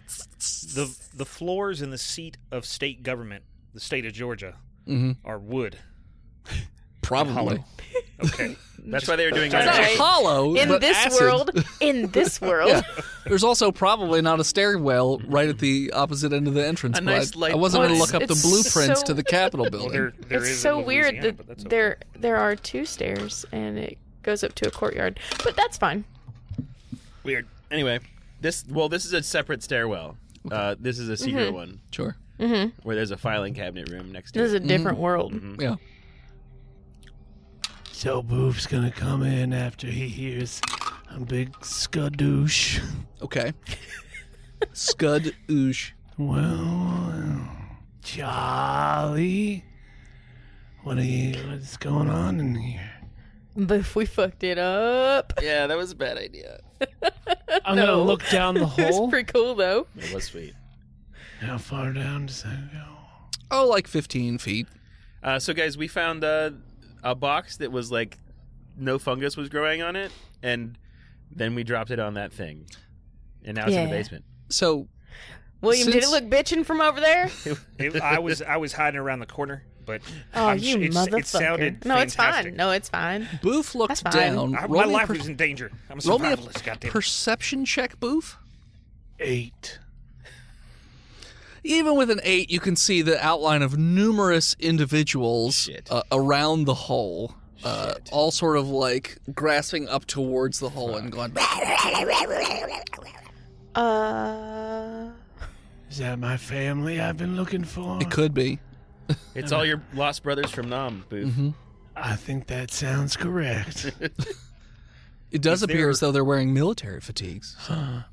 Speaker 2: the the floors in the seat of state government, the state of Georgia,
Speaker 3: Mhm.
Speaker 6: Mm-hmm.
Speaker 2: are wood.
Speaker 3: Probably
Speaker 2: Okay,
Speaker 6: That's why they were doing
Speaker 3: it's
Speaker 4: That's
Speaker 3: not
Speaker 6: that.
Speaker 4: right.
Speaker 3: hollow
Speaker 4: in
Speaker 3: but
Speaker 4: this
Speaker 3: acid.
Speaker 4: world, in this world,
Speaker 3: There's also probably not a stairwell right at the opposite end of the entrance.
Speaker 6: A
Speaker 3: but I-
Speaker 6: nice light
Speaker 3: I wasn't going to
Speaker 6: box.
Speaker 3: look up the
Speaker 4: It's
Speaker 3: blueprints
Speaker 4: so-
Speaker 3: to the Capitol
Speaker 2: well,
Speaker 3: building.
Speaker 2: there, there is
Speaker 4: it's
Speaker 2: in
Speaker 4: so weird
Speaker 2: Louisiana,
Speaker 4: that
Speaker 2: but that's okay.
Speaker 4: there there are two stairs and it goes up to a courtyard. But that's fine.
Speaker 6: Weird. Anyway, this well, this is a separate stairwell. Uh, this is a secret one
Speaker 3: sure.
Speaker 6: where there's a filing cabinet room next to
Speaker 4: This is
Speaker 2: Mm-hmm.
Speaker 6: it.
Speaker 4: a different world.
Speaker 3: Yeah.
Speaker 8: So Boof's gonna come in after he hears a big skadoosh.
Speaker 3: Okay. Scud oosh.
Speaker 8: Well, Charlie, what are you? What's going on in here?
Speaker 4: But if we fucked it up,
Speaker 6: Yeah, that was a bad idea.
Speaker 7: I'm
Speaker 4: no.
Speaker 7: gonna look down the
Speaker 4: it
Speaker 7: hole.
Speaker 4: was pretty cool though.
Speaker 6: It was sweet.
Speaker 8: How far down does that go?
Speaker 3: Oh, like 15 feet.
Speaker 6: Uh, so, guys, we found uh, a box that was like no fungus was growing on it, and then we dropped it on that thing, and now it's in the
Speaker 4: Yeah.
Speaker 6: basement.
Speaker 3: So,
Speaker 4: William, did it
Speaker 3: Since-
Speaker 4: look bitching from over there?
Speaker 2: It- I was I was hiding around the corner, but
Speaker 4: Oh,
Speaker 2: I'm
Speaker 4: you
Speaker 2: sh- it's-
Speaker 4: motherfucker!
Speaker 2: It sounded
Speaker 4: no, it's
Speaker 2: fantastic.
Speaker 4: fine. No, it's fine.
Speaker 3: Booth looks
Speaker 4: That's fine.
Speaker 3: down.
Speaker 2: I,
Speaker 3: roll
Speaker 2: Uh, my
Speaker 3: me a
Speaker 2: life
Speaker 3: per-
Speaker 2: was in danger. I'm a
Speaker 3: roll me a
Speaker 2: survivalist. Goddamn.
Speaker 3: perception check, Booth.
Speaker 8: Eight.
Speaker 3: Even with an eight, you can see the outline of numerous individuals
Speaker 6: Shit.
Speaker 3: uh, around the hole, uh, all sort of like grasping up towards the hole and going.
Speaker 4: Uh,
Speaker 8: Is that my family I've been looking for?
Speaker 3: It could be.
Speaker 6: It's all your lost brothers from Nam, Booth.
Speaker 2: Mm-hmm,
Speaker 8: I think that sounds correct.
Speaker 3: It does
Speaker 2: Is
Speaker 3: appear
Speaker 2: there-
Speaker 3: as though they're wearing military fatigues.
Speaker 2: Mm.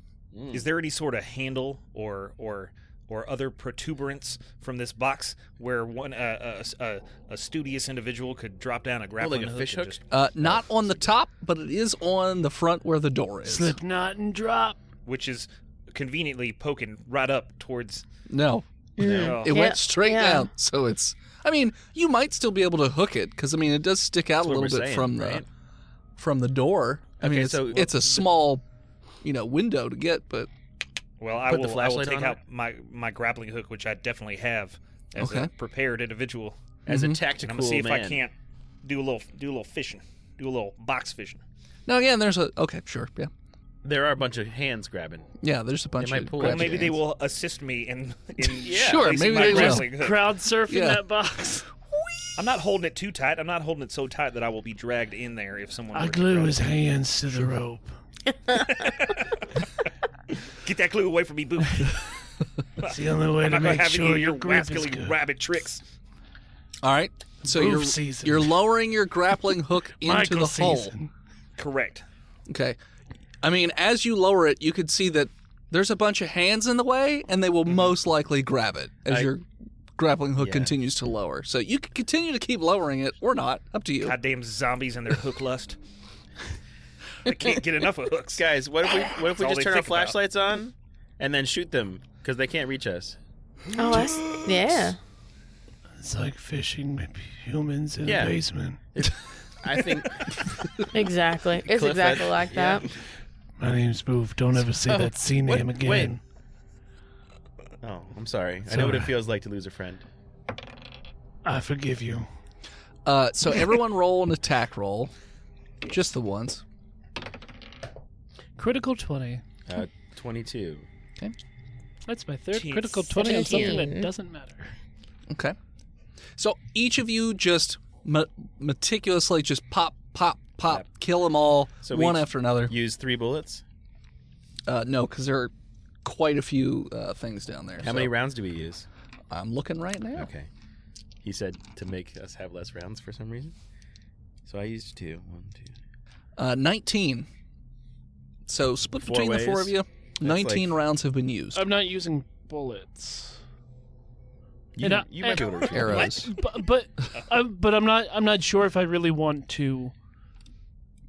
Speaker 2: Is there any sort of handle or or or other protuberance from this box where one uh, a, a, a studious individual could drop down a grappling
Speaker 6: a
Speaker 2: hook
Speaker 6: fish
Speaker 2: and
Speaker 6: hook?
Speaker 2: just-
Speaker 3: Uh, not on the top, but it is on the front where the door is.
Speaker 8: Slip knot and drop.
Speaker 2: which is conveniently poking right up towards. uh,
Speaker 3: No,
Speaker 2: No.
Speaker 3: Mm. it went
Speaker 4: Yeah,
Speaker 3: straight
Speaker 4: yeah.
Speaker 3: down. So it's. I mean, you might still be able to hook it because I mean it does stick out
Speaker 6: That's
Speaker 3: a
Speaker 6: what
Speaker 3: little bit
Speaker 6: we're saying,
Speaker 3: from the
Speaker 6: right?
Speaker 3: from the door. I mean,
Speaker 6: Okay,
Speaker 3: it's,
Speaker 6: so-
Speaker 3: it's a small, you know, window to get, but
Speaker 2: Well, I
Speaker 6: Put
Speaker 2: will, I
Speaker 6: the
Speaker 2: will
Speaker 6: flashlight
Speaker 2: take
Speaker 6: on
Speaker 2: out my, my grappling hook, which I definitely have as a
Speaker 3: Okay.
Speaker 2: prepared individual.
Speaker 6: as a
Speaker 3: Mhm.
Speaker 2: And
Speaker 6: tactical
Speaker 2: mm-hmm. I'm gonna see if
Speaker 6: man.
Speaker 2: I can't do a little do a little fishing, do a little box fishing.
Speaker 3: no, again, there's a okay, sure, yeah,
Speaker 6: There are a bunch of hands grabbing.
Speaker 3: yeah. There's a bunch
Speaker 6: might
Speaker 3: of
Speaker 6: pull
Speaker 2: Well,
Speaker 6: Grab
Speaker 3: grabs.
Speaker 6: your
Speaker 2: maybe they
Speaker 6: hands.
Speaker 2: will assist me in in
Speaker 3: Sure,
Speaker 2: placing
Speaker 3: maybe
Speaker 2: my
Speaker 3: they will.
Speaker 2: grappling hook.
Speaker 7: Crowd surfing
Speaker 3: Yeah.
Speaker 7: that box.
Speaker 2: I'm not holding it too tight. I'm not holding it so tight that I will be dragged in there if someone.
Speaker 8: I
Speaker 2: were to
Speaker 8: glue
Speaker 2: grab
Speaker 8: his
Speaker 2: me.
Speaker 8: hands to the rope.
Speaker 2: Get that glue away from me, boo!
Speaker 8: It's the only way
Speaker 2: I'm
Speaker 8: to
Speaker 2: not gonna
Speaker 8: make
Speaker 2: have any
Speaker 8: sure
Speaker 2: of your
Speaker 8: your grip is
Speaker 2: rascally
Speaker 8: good.
Speaker 2: rabbit tricks.
Speaker 3: All right, so
Speaker 8: Roof
Speaker 3: you're
Speaker 8: season.
Speaker 3: you're lowering your grappling hook into
Speaker 8: Michael
Speaker 3: the hole.
Speaker 8: season.
Speaker 2: Correct.
Speaker 3: Okay. I mean, as you lower it, you could see that there's a bunch of hands in the way, and they will most likely grab it as
Speaker 6: Mm-hmm. I-
Speaker 3: your grappling hook
Speaker 6: Yeah.
Speaker 3: continues to lower. So you can continue to keep lowering it or not, up to you.
Speaker 2: Goddamn zombies and their hook lust. I can't get enough of hooks.
Speaker 6: Guys, what if we what if
Speaker 2: That's
Speaker 6: we
Speaker 2: all
Speaker 6: just
Speaker 2: they
Speaker 6: turn our
Speaker 2: think about.
Speaker 6: flashlights on and then shoot them because they can't reach us?
Speaker 4: Oh, that's, yeah.
Speaker 8: It's like fishing with humans in
Speaker 6: Yeah.
Speaker 8: a basement.
Speaker 6: I think
Speaker 4: Exactly. It's
Speaker 6: Cliff
Speaker 4: exactly
Speaker 6: Ed-
Speaker 4: like
Speaker 6: yeah.
Speaker 4: that.
Speaker 8: My name's Boof. Don't ever say
Speaker 6: Oh,
Speaker 8: that C
Speaker 6: what-
Speaker 8: name again.
Speaker 6: wait. Oh, I'm sorry. I
Speaker 8: It's
Speaker 6: know what it
Speaker 8: alright.
Speaker 6: feels like to lose a friend.
Speaker 8: I forgive you.
Speaker 3: Uh, so everyone roll an attack roll, just the ones.
Speaker 7: Critical 20.
Speaker 6: Uh, 22.
Speaker 7: That's my third
Speaker 2: Jeez.
Speaker 7: critical 20 on something that
Speaker 4: Seventeen.
Speaker 7: doesn't matter.
Speaker 3: Okay. So each of you just me- meticulously just pop, pop, pop, kill them all,
Speaker 6: So we
Speaker 3: one
Speaker 6: each-
Speaker 3: after another.
Speaker 6: Use three bullets.
Speaker 3: Uh, no, because there are quite a few uh, things down there.
Speaker 6: How
Speaker 3: so
Speaker 6: many rounds do we use?
Speaker 3: I'm looking right now.
Speaker 6: Okay. He said to make us have less rounds for some reason. So I used two. One, two.
Speaker 3: Uh, 19. So split
Speaker 6: Four
Speaker 3: between the four
Speaker 6: ways.
Speaker 3: of you. 19 rounds have been used.
Speaker 7: I'm not using bullets.
Speaker 6: You,
Speaker 7: And I-
Speaker 6: you might be able to retrieve
Speaker 3: Arrows.
Speaker 6: one.
Speaker 7: What? But but, uh, but I'm not I'm not sure if I really want to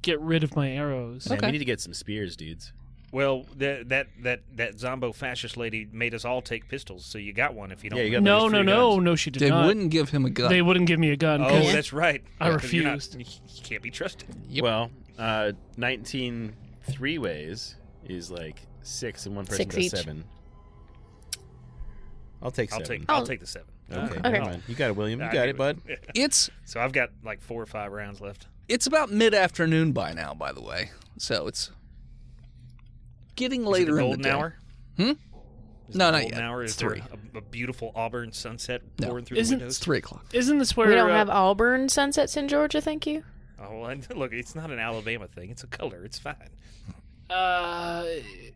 Speaker 7: get rid of my arrows.
Speaker 6: Man,
Speaker 3: Okay.
Speaker 6: we need to get some spears, dudes.
Speaker 2: Well, that that that that zombo fascist lady made us all take pistols, so you got one if you don't.
Speaker 6: Yeah, you got-
Speaker 7: No,
Speaker 6: those
Speaker 7: no,
Speaker 6: three
Speaker 7: no,
Speaker 6: guns. uh,
Speaker 7: no. She did
Speaker 3: they
Speaker 7: not.
Speaker 3: wouldn't give him a gun.
Speaker 7: They wouldn't give me a gun.
Speaker 2: Oh,
Speaker 7: 'cause-
Speaker 2: that's right.
Speaker 7: I
Speaker 2: 'cause you're not-
Speaker 7: refused.
Speaker 2: you can't be trusted.
Speaker 3: Yep.
Speaker 6: Well, uh, 19 three ways is like six, and one person
Speaker 4: Six
Speaker 6: does
Speaker 4: each.
Speaker 6: seven. I'll take
Speaker 2: I'll
Speaker 6: seven.
Speaker 2: take.
Speaker 4: Oh.
Speaker 2: I'll take the seven.
Speaker 6: Okay,
Speaker 4: Okay.
Speaker 6: come on. You got it, William. You
Speaker 2: I
Speaker 6: got
Speaker 2: knew
Speaker 6: it, bud.
Speaker 3: It's
Speaker 2: So I've got like four or five rounds left.
Speaker 3: it's about mid afternoon by now, by the way. So it's getting later
Speaker 2: Is it the
Speaker 3: in
Speaker 2: golden
Speaker 3: the day.
Speaker 2: hour.
Speaker 3: Hmm?
Speaker 2: Is
Speaker 3: No,
Speaker 2: it the
Speaker 3: not
Speaker 2: golden
Speaker 3: yet.
Speaker 2: Hour?
Speaker 3: It's
Speaker 2: Is there
Speaker 3: three.
Speaker 2: A, a beautiful auburn sunset
Speaker 3: No.
Speaker 2: pouring through
Speaker 7: Isn't-
Speaker 2: the
Speaker 3: It's
Speaker 2: windows.
Speaker 3: 3 o'clock.
Speaker 7: Isn't this where
Speaker 4: We don't
Speaker 7: uh,
Speaker 4: have Auburn sunsets in Georgia, thank you.
Speaker 2: Oh, well, and look, it's not an Alabama thing. It's a color. It's fine.
Speaker 7: uh,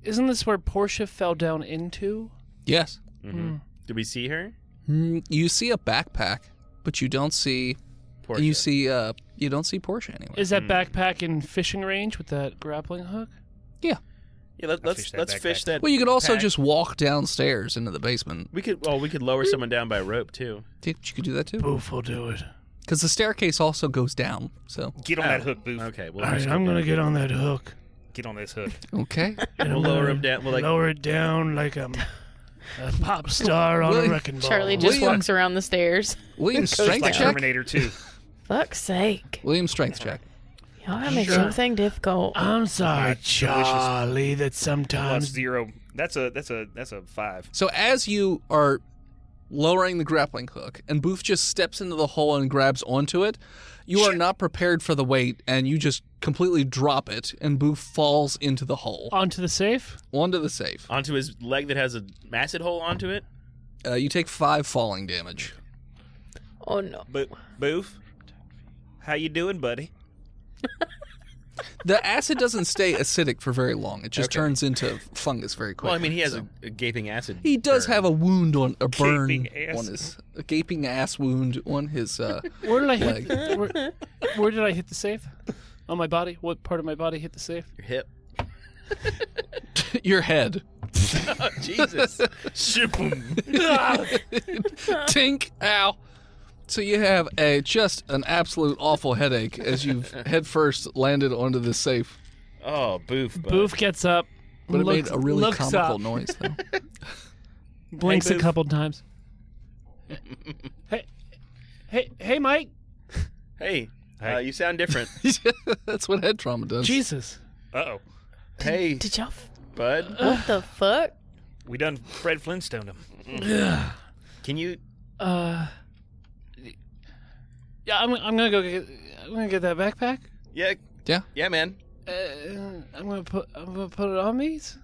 Speaker 7: isn't this where Portia fell down into?
Speaker 3: Yes.
Speaker 6: Mm-hmm. Did we see her?
Speaker 3: Mm, You see a backpack, but you don't see.
Speaker 6: Portia.
Speaker 3: And you see. Uh, you don't see Porsche anywhere.
Speaker 7: Is
Speaker 2: Hmm.
Speaker 7: that backpack in fishing range with that grappling hook?
Speaker 6: Yeah, let,
Speaker 2: I
Speaker 6: let's
Speaker 2: fished that
Speaker 6: let's
Speaker 2: backpack.
Speaker 6: fish that.
Speaker 3: well, you could also
Speaker 6: pack.
Speaker 3: just walk downstairs into the basement.
Speaker 6: We could. Oh, we could lower someone down by a rope too.
Speaker 3: You could do that too,
Speaker 8: Boof will do it.
Speaker 3: because the staircase also goes down. So
Speaker 2: Get on that hook, Booth.
Speaker 6: Okay. Well,
Speaker 8: All right, I'm gonna get on that hook.
Speaker 2: Get on this hook.
Speaker 3: okay.
Speaker 8: And
Speaker 6: We'll
Speaker 8: I'm
Speaker 6: lower
Speaker 8: gonna
Speaker 6: him down. We'll like
Speaker 8: lower it down like I'm a pop star on
Speaker 3: William-
Speaker 8: a wrecking ball.
Speaker 2: Oh.
Speaker 4: Charlie just
Speaker 3: William-
Speaker 4: walks around the stairs.
Speaker 3: William's
Speaker 2: Just
Speaker 3: strength
Speaker 2: like
Speaker 3: check.
Speaker 2: Terminator 2.
Speaker 4: Fuck's sake.
Speaker 3: William's strength check.
Speaker 4: Y'all gotta make
Speaker 8: Sure.
Speaker 4: something difficult.
Speaker 8: I'm sorry,
Speaker 2: Alright,
Speaker 8: Charlie, that
Speaker 7: Um,
Speaker 2: Plus
Speaker 8: sometimes
Speaker 2: zero. That's a that's a that's a five.
Speaker 3: So as you are lowering the grappling hook and Booth just steps into the hole and grabs onto it, you are not prepared for the weight and you just completely drop it and Booth falls into the hole
Speaker 7: Onto the safe?
Speaker 3: onto the safe.
Speaker 6: onto his leg that has a acid hole onto it.
Speaker 3: Uh, you take 5 falling damage.
Speaker 4: oh no.
Speaker 2: Bo- Booth, how you doing, buddy?
Speaker 3: The acid doesn't stay acidic for very long. It just
Speaker 6: Okay.
Speaker 3: turns into fungus very quickly.
Speaker 6: Well, I mean, he has
Speaker 3: so-
Speaker 6: a, a gaping acid.
Speaker 3: He does have a wound on a burn
Speaker 2: Gaping ass.
Speaker 3: on his a gaping ass would on his uh
Speaker 7: Where did I hit? Where, where did I hit the safe? On my body? What part of my body hit the safe?
Speaker 6: Your hip.
Speaker 3: your head.
Speaker 6: Oh, Jesus.
Speaker 3: Tink, ow. So you have a just an absolute awful headache as you've headfirst landed onto this safe.
Speaker 6: Oh, boof. bud.
Speaker 7: Boof gets up,
Speaker 3: But it
Speaker 7: Looks-
Speaker 3: made a really
Speaker 7: looks uh,
Speaker 3: comical
Speaker 7: up.
Speaker 3: noise, though.
Speaker 7: Blinks
Speaker 2: Hey,
Speaker 7: a
Speaker 2: Boof.
Speaker 7: couple times. hey, hey, hey, Mike.
Speaker 6: Hey,
Speaker 2: Hey.
Speaker 6: Uh, you sound different.
Speaker 3: That's what head trauma does.
Speaker 7: Jesus.
Speaker 2: Uh oh.
Speaker 6: hey,
Speaker 4: Did y'all? f-
Speaker 6: bud,
Speaker 4: What the fuck?
Speaker 2: We done Fred Flintstone him.
Speaker 6: can you?
Speaker 7: Uh. Yeah, I'm. I'm gonna go get. I'm gonna get that backpack.
Speaker 6: Yeah,
Speaker 3: Yeah.
Speaker 6: yeah, man.
Speaker 7: Uh, I'm gonna put. I'm gonna put it on me. Is